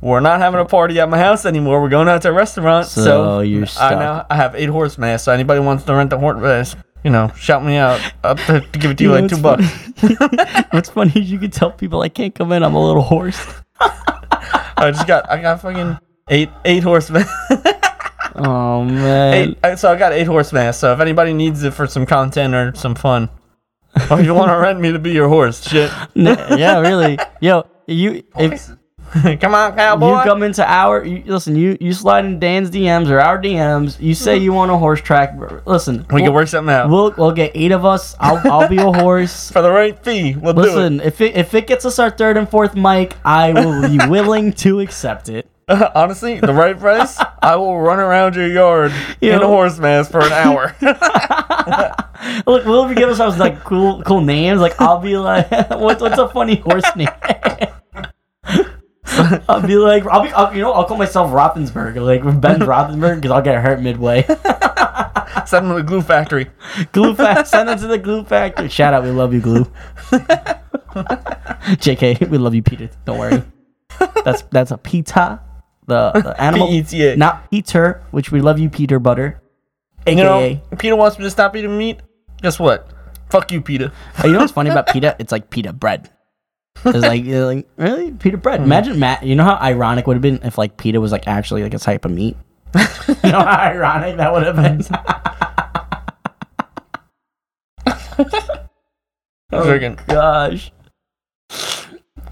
[SPEAKER 1] we're not having a party at my house anymore. We're going out to a restaurant. So,
[SPEAKER 2] So
[SPEAKER 1] I
[SPEAKER 2] you're stuck.
[SPEAKER 1] now I have eight horsemen. So anybody wants to rent a horse, uh, you know, shout me out. I'll have to give it to you,
[SPEAKER 2] know,
[SPEAKER 1] like
[SPEAKER 2] it's
[SPEAKER 1] two bucks.
[SPEAKER 2] *laughs* What's funny is you can tell people I can't come in. I'm a little horse.
[SPEAKER 1] I just got I got fucking eight eight horsemen.
[SPEAKER 2] Oh man.
[SPEAKER 1] eight, I- so I got eight horsemen. So if anybody needs it for some content or some fun, *laughs* or if you want to rent me to be your horse, shit,
[SPEAKER 2] N- yeah, really. Yo, you if
[SPEAKER 1] *laughs* come on,
[SPEAKER 2] you
[SPEAKER 1] cowboy.
[SPEAKER 2] come into our you, listen, you you slide in Dan's DMs or our DMs. You say you want a horse track. br- Listen,
[SPEAKER 1] we can
[SPEAKER 2] we'll,
[SPEAKER 1] work something out
[SPEAKER 2] We'll we'll get eight of us. I'll I'll be a horse.
[SPEAKER 1] for the right fee. We'll do it.
[SPEAKER 2] Listen, if it if it gets us our third and fourth mic, I will
[SPEAKER 1] *laughs*
[SPEAKER 2] be willing to accept it.
[SPEAKER 1] *laughs* Honestly, the
[SPEAKER 2] *laughs*
[SPEAKER 1] right price. I will run around your yard
[SPEAKER 2] You
[SPEAKER 1] in
[SPEAKER 2] know-
[SPEAKER 1] a horse mask for
[SPEAKER 2] *laughs*
[SPEAKER 1] an hour. *laughs*
[SPEAKER 2] Look, we'll be give ourselves like cool cool names. Like I'll be like, *laughs* what's what's a funny horse name? *laughs* I'll be like, I'll be, I'll, you know, I'll call myself Rothensberg, like Ben Rothensberg, because I'll get hurt midway.
[SPEAKER 1] Send them to the glue factory.
[SPEAKER 2] glue fact, send them to the glue factory. Shout out, we love you, glue. *laughs* Jk, we love you, Peter. Don't worry. That's that's a pita, the, the animal,
[SPEAKER 1] PETA.
[SPEAKER 2] not Peter, which we love you, Peter Butter, aka.
[SPEAKER 1] You know, Peter wants me to stop eating meat. Guess what? Fuck you, Peter.
[SPEAKER 2] Oh, you know what's funny about pita? It's like pita bread. It's like, you're like really pita bread. Imagine Matt. You know how ironic would have been if like pita was like actually like a type of meat. *laughs* you know how ironic that would have *laughs* been.
[SPEAKER 1] Friggin'.
[SPEAKER 2] Oh, Gosh.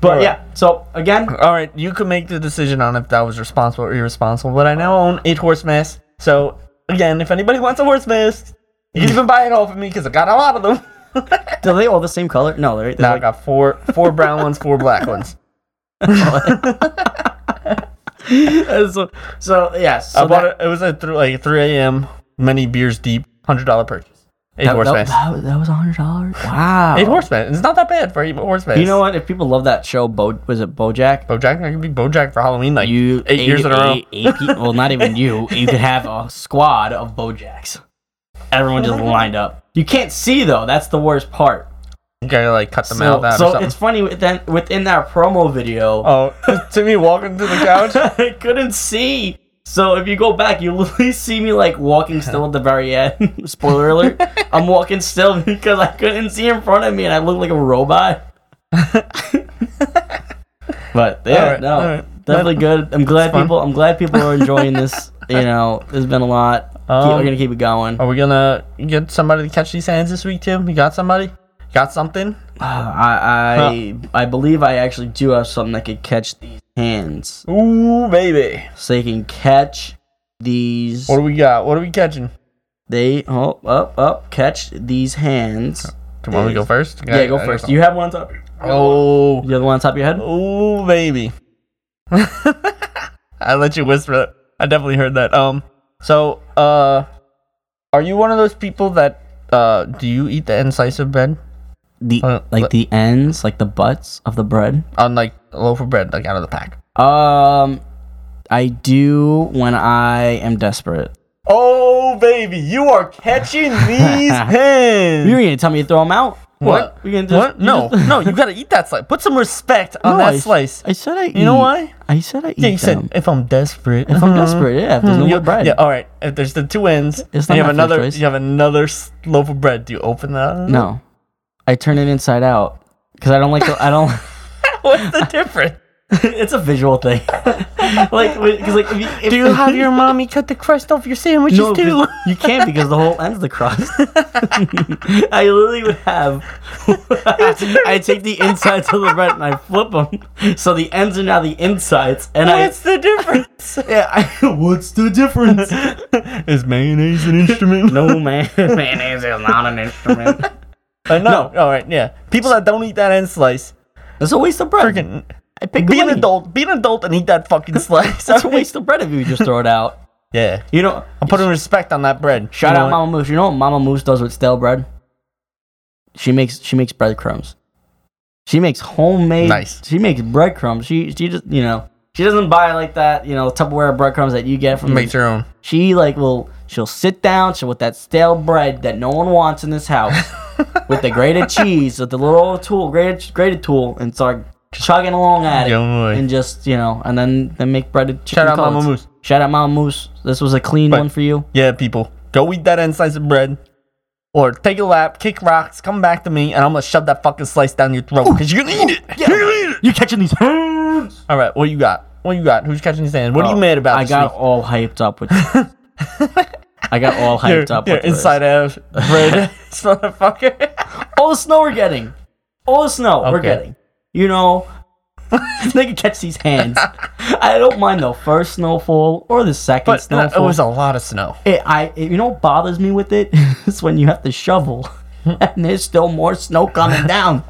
[SPEAKER 2] But yeah. So again,
[SPEAKER 1] All right, you can make the decision on if that was responsible or irresponsible. But I now own eight horse masks. So again, if anybody wants a horse mask, you can even buy it off of me because I got a lot of them. *laughs*
[SPEAKER 2] are they all the same color? No, they're,
[SPEAKER 1] Now
[SPEAKER 2] they're
[SPEAKER 1] I got four four brown ones, four *laughs* black ones.
[SPEAKER 2] like, *laughs* so, so yes. So
[SPEAKER 1] I bought
[SPEAKER 2] that-
[SPEAKER 1] it. It was at thr- like three a.m. Many beers deep, hundred dollar purchase. Eight
[SPEAKER 2] That,
[SPEAKER 1] horse
[SPEAKER 2] that,
[SPEAKER 1] masks.
[SPEAKER 2] that, was- that was hundred dollars. Wow.
[SPEAKER 1] Eight horse masks. It's not that bad for eight horse masks.
[SPEAKER 2] You know what? If people love that show, Bo was it BoJack?
[SPEAKER 1] BoJack. I could be BoJack for Halloween like
[SPEAKER 2] you
[SPEAKER 1] eight, years in a row.
[SPEAKER 2] eight- eight pe- well, not even you. *laughs* You could have a squad of Bojacks. Everyone just lined up. You can't see though. That's the worst part.
[SPEAKER 1] You gotta like cut the
[SPEAKER 2] So,
[SPEAKER 1] mouth out or
[SPEAKER 2] so
[SPEAKER 1] something.
[SPEAKER 2] it's funny within within that promo video,
[SPEAKER 1] oh, *laughs* Timmy walking to the couch.
[SPEAKER 2] I couldn't see. So if you go back, you *laughs* literally see me like walking still at the very end. *laughs* Spoiler
[SPEAKER 1] *laughs*
[SPEAKER 2] alert: I'm walking still because I couldn't see in front of me, and I look like
[SPEAKER 1] *laughs*
[SPEAKER 2] a robot. but yeah,
[SPEAKER 1] Alright,
[SPEAKER 2] no,
[SPEAKER 1] alright.
[SPEAKER 2] definitely good. I'm glad
[SPEAKER 1] fun.
[SPEAKER 2] people. I'm glad people are
[SPEAKER 1] *laughs*
[SPEAKER 2] enjoying this. You know, there's been a lot. Keep-
[SPEAKER 1] Um,
[SPEAKER 2] We're gonna keep it going.
[SPEAKER 1] Are we gonna get somebody to catch these hands this week, Tim? You got somebody? Got something?
[SPEAKER 2] *sighs* I I, I believe I actually do have something that could catch these hands,
[SPEAKER 1] Ooh, baby.
[SPEAKER 2] so they can catch these.
[SPEAKER 1] What do we got? What are we catching?
[SPEAKER 2] They oh up up catch these hands.
[SPEAKER 1] Do you want me to go first?
[SPEAKER 2] Yeah, go first. You have one on top.
[SPEAKER 1] Oh,
[SPEAKER 2] You have the one on top of your head.
[SPEAKER 1] ooh, baby. *laughs* I let you whisper that. I definitely heard that. Um, so, uh, are you one of those people that, uh, do you eat the insides of bread
[SPEAKER 2] The
[SPEAKER 1] Uh,
[SPEAKER 2] like
[SPEAKER 1] let-
[SPEAKER 2] the ends, like the butts of the bread.
[SPEAKER 1] on like a loaf of bread, like out of the pack?
[SPEAKER 2] Um, I do when I am desperate.
[SPEAKER 1] Oh, baby, you are catching these hands.
[SPEAKER 2] *laughs* You're gonna tell me to throw them out?
[SPEAKER 1] What?
[SPEAKER 2] We can just-
[SPEAKER 1] what?
[SPEAKER 2] you
[SPEAKER 1] No,
[SPEAKER 2] just-
[SPEAKER 1] no, you gotta eat that slice. Put some respect on
[SPEAKER 2] No,
[SPEAKER 1] that
[SPEAKER 2] I s-
[SPEAKER 1] slice.
[SPEAKER 2] I said I.
[SPEAKER 1] You know why?
[SPEAKER 2] I said I eat
[SPEAKER 1] yeah, you *laughs*
[SPEAKER 2] them.
[SPEAKER 1] said if I'm desperate.
[SPEAKER 2] if I'm desperate, yeah. If there's no
[SPEAKER 1] yeah,
[SPEAKER 2] more bread,
[SPEAKER 1] Yeah, oh. all right. If there's the two ends, and
[SPEAKER 2] It's not
[SPEAKER 1] you
[SPEAKER 2] my
[SPEAKER 1] have
[SPEAKER 2] first
[SPEAKER 1] another.
[SPEAKER 2] choice.
[SPEAKER 1] You have another s- loaf of bread. Do you open that?
[SPEAKER 2] no, I turn it inside out because I don't like. The, I
[SPEAKER 1] *laughs*
[SPEAKER 2] don't.
[SPEAKER 1] *laughs*
[SPEAKER 2] *laughs*
[SPEAKER 1] What's the difference?
[SPEAKER 2] it's a visual thing. *laughs* like, because like, if you, if,
[SPEAKER 1] Do you have your mommy cut the crust off your sandwiches
[SPEAKER 2] No,
[SPEAKER 1] too? *laughs*
[SPEAKER 2] 'cause you can't because the whole end's the crust. *laughs* I literally would have. *laughs* I take the insides of the bread and I flip them, so the ends are now the insides, and I.
[SPEAKER 1] What's the *laughs* difference?
[SPEAKER 2] Yeah, I, what's the
[SPEAKER 1] *laughs*
[SPEAKER 2] difference?
[SPEAKER 1] Is mayonnaise an instrument?
[SPEAKER 2] no man, *laughs* mayonnaise is not an *laughs* instrument.
[SPEAKER 1] *laughs* Uh, no. All right. Yeah. People that don't eat that end slice,
[SPEAKER 2] It's a waste of bread.
[SPEAKER 1] freaking
[SPEAKER 2] I pick
[SPEAKER 1] be
[SPEAKER 2] the
[SPEAKER 1] an
[SPEAKER 2] money.
[SPEAKER 1] adult. Be an adult and eat that fucking slice. *laughs*
[SPEAKER 2] It's a
[SPEAKER 1] alright?
[SPEAKER 2] waste of bread if you just throw it out.
[SPEAKER 1] Yeah.
[SPEAKER 2] You know,
[SPEAKER 1] I'm putting respect on that bread. You
[SPEAKER 2] shout out
[SPEAKER 1] know what?
[SPEAKER 2] Mama Moose. You know what Mama Moose does with stale bread? She makes she makes breadcrumbs. She makes homemade.
[SPEAKER 1] Nice.
[SPEAKER 2] She makes breadcrumbs. She she just you know she doesn't buy like that you know Tupperware breadcrumbs that you get from.
[SPEAKER 1] Make your own.
[SPEAKER 2] She like will she'll sit down she, with that stale bread that no one wants in
[SPEAKER 1] *laughs*
[SPEAKER 2] this house with the grated cheese with the little tool grated grated tool and start chugging along at it
[SPEAKER 1] Yo, boy.
[SPEAKER 2] and just you know and then then make breaded chicken
[SPEAKER 1] Shout out Mama
[SPEAKER 2] cutlets.
[SPEAKER 1] Moose.
[SPEAKER 2] Shout out Mama Moose. This was a clean one for you.
[SPEAKER 1] Yeah, people, go eat that end slice of bread, or take a lap, kick rocks, come back to me, and I'm gonna shove that fucking slice down your throat because you're gonna eat it. You're gonna eat it.
[SPEAKER 2] You catching these hands?
[SPEAKER 1] *laughs* All right, what you got? What you got? Who's catching these hands? What are you mad about?
[SPEAKER 2] Oh, I
[SPEAKER 1] this
[SPEAKER 2] got
[SPEAKER 1] week?
[SPEAKER 2] all hyped up with. *laughs* I got all hyped
[SPEAKER 1] You're-
[SPEAKER 2] up
[SPEAKER 1] you're
[SPEAKER 2] with this.
[SPEAKER 1] inside out
[SPEAKER 2] *laughs*
[SPEAKER 1] bread, *laughs* this motherfucker.
[SPEAKER 2] All the snow we're getting. All the snow we're
[SPEAKER 1] Okay.
[SPEAKER 2] getting. You know, *laughs* they can catch these *laughs* hands. I don't mind the first snowfall or the second
[SPEAKER 1] But no, it
[SPEAKER 2] snowfall.
[SPEAKER 1] was a lot of snow.
[SPEAKER 2] It- I, it- you know what bothers me with it *laughs* is when you have to shovel
[SPEAKER 1] *laughs*
[SPEAKER 2] and there's still more snow coming down.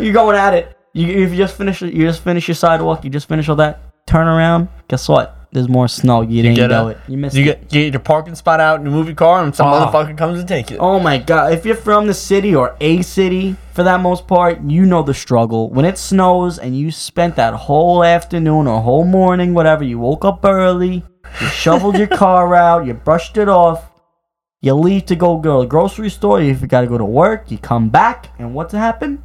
[SPEAKER 2] You're going at it. You, you just finish you just finish your sidewalk. You just finish all that. Turn around. Guess what? There's more snow. You, didn't
[SPEAKER 1] get
[SPEAKER 2] know
[SPEAKER 1] a-
[SPEAKER 2] it. You missed
[SPEAKER 1] You
[SPEAKER 2] it.
[SPEAKER 1] get, get your parking spot out and you move your car, and some
[SPEAKER 2] Oh.
[SPEAKER 1] motherfucker comes and takes it.
[SPEAKER 2] Oh my god! If you're from the city or a city, for that most part, you know the struggle. When it snows and you spent that whole afternoon or whole morning, whatever, you woke up early, you shoveled
[SPEAKER 1] *laughs*
[SPEAKER 2] your car out, you brushed it off, you leave to go go to the grocery store. If you got to go to work, you come back, and what's happened?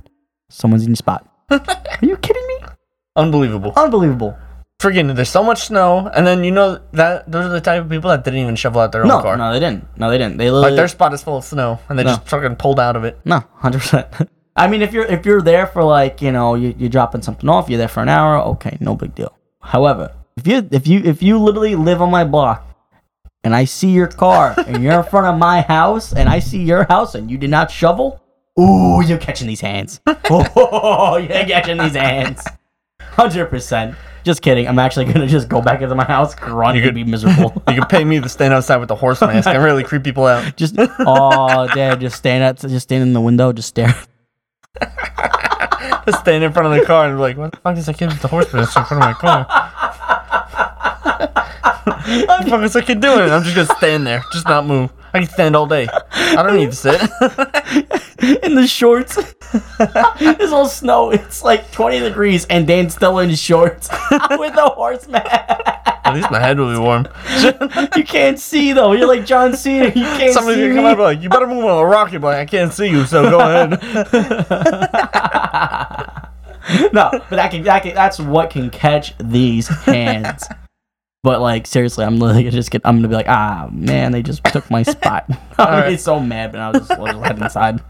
[SPEAKER 2] Someone's in
[SPEAKER 1] *laughs*
[SPEAKER 2] your spot. Are you kidding me?
[SPEAKER 1] Unbelievable.
[SPEAKER 2] Unbelievable!
[SPEAKER 1] Freaking, there's so much snow, and then you know that those are the type of people that didn't even shovel out their own
[SPEAKER 2] No,
[SPEAKER 1] car.
[SPEAKER 2] no, they didn't. No, they didn't. They
[SPEAKER 1] Like
[SPEAKER 2] literally
[SPEAKER 1] their spot is full of snow, and they
[SPEAKER 2] No.
[SPEAKER 1] just fucking pulled out of it.
[SPEAKER 2] No, hundred percent. *laughs* I mean, if you're if you're there for like you know you, you're dropping something off, you're there for an hour. Okay, no big deal. However, if you if you if you literally live on my block, and I see your car and you're in front of my house, and I see your house and you did not shovel, ooh, you're catching these hands. *laughs* Oh, you're catching these hands. Hundred percent. Just kidding. I'm actually gonna just go back into my house, grunt, and be
[SPEAKER 1] *laughs*
[SPEAKER 2] miserable.
[SPEAKER 1] You can pay me to stand outside with a horse mask and really creep people out.
[SPEAKER 2] Just oh, dad, just stand out, just stand in the window, just stare.
[SPEAKER 1] *laughs* Just stand in front of the car and be like, "What the fuck is that kid with the horse mask in front of my car?" *laughs* what the fuck is that kid doing? And I'm just gonna stand there, just not move. I can stand all day. I don't need to sit. *laughs*
[SPEAKER 2] *laughs* in the shorts. this all snow. It's like 20 degrees, and Dan's still in his shorts *laughs* with a horse mask.
[SPEAKER 1] At least my head will be *laughs* warm.
[SPEAKER 2] You can't see though. You're like John Cena. You can't
[SPEAKER 1] Somebody's
[SPEAKER 2] see
[SPEAKER 1] gonna come
[SPEAKER 2] me.
[SPEAKER 1] out and be like, "You better move on a rocket, but I can't see you, so go ahead."
[SPEAKER 2] *laughs* No, but that can, that can, that's what can catch these
[SPEAKER 1] *laughs*
[SPEAKER 2] hands. But like seriously, I'm literally gonna just get. I'm gonna be like, ah man, they just took
[SPEAKER 1] *laughs*
[SPEAKER 2] my spot. *laughs* I'm gonna
[SPEAKER 1] right.
[SPEAKER 2] get so mad, but I'll just, I'll just head inside.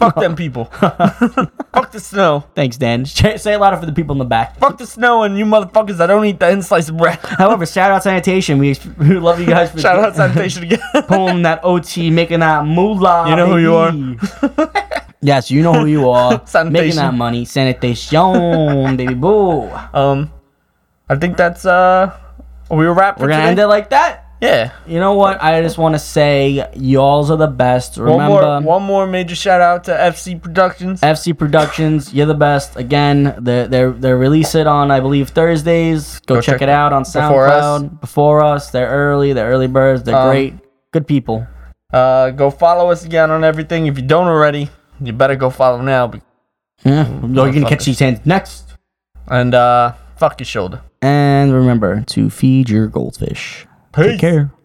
[SPEAKER 1] fuck them *laughs* people. fuck the snow.
[SPEAKER 2] Thanks, Dan. Say it louder for the people in the back.
[SPEAKER 1] Fuck the snow and you motherfuckers that don't eat the end slice of *laughs* bread.
[SPEAKER 2] However, shout out sanitation. We, *laughs* we love you guys for
[SPEAKER 1] Shout out sanitation again.
[SPEAKER 2] pulling that OT, making that moolah.
[SPEAKER 1] You know who you are.
[SPEAKER 2] are. *laughs* yes, you know who you are. making that
[SPEAKER 1] *laughs* Sanitation.
[SPEAKER 2] money, sanitation, baby boo.
[SPEAKER 1] Um, I think that's uh, we were wrapped.
[SPEAKER 2] We're
[SPEAKER 1] for
[SPEAKER 2] gonna
[SPEAKER 1] today.
[SPEAKER 2] end it like that.
[SPEAKER 1] Yeah.
[SPEAKER 2] You know what? I just want to say, y'all's are the best.
[SPEAKER 1] One
[SPEAKER 2] Remember,
[SPEAKER 1] more, one more major shout out to FC Productions.
[SPEAKER 2] FC Productions, you're the best. Again, they they they release it on I believe Thursdays. Go, check, it out on
[SPEAKER 1] Before Us.
[SPEAKER 2] SoundCloud. Before us, they're early. They're early birds. They're
[SPEAKER 1] Um,
[SPEAKER 2] great. Good people.
[SPEAKER 1] Uh, go follow us again on everything. If you don't already, you better go follow now. be-
[SPEAKER 2] Yeah, you're gonna catch these hands next.
[SPEAKER 1] And uh, fuck your shoulder.
[SPEAKER 2] And remember to feed your goldfish.
[SPEAKER 1] Peace.
[SPEAKER 2] Take care.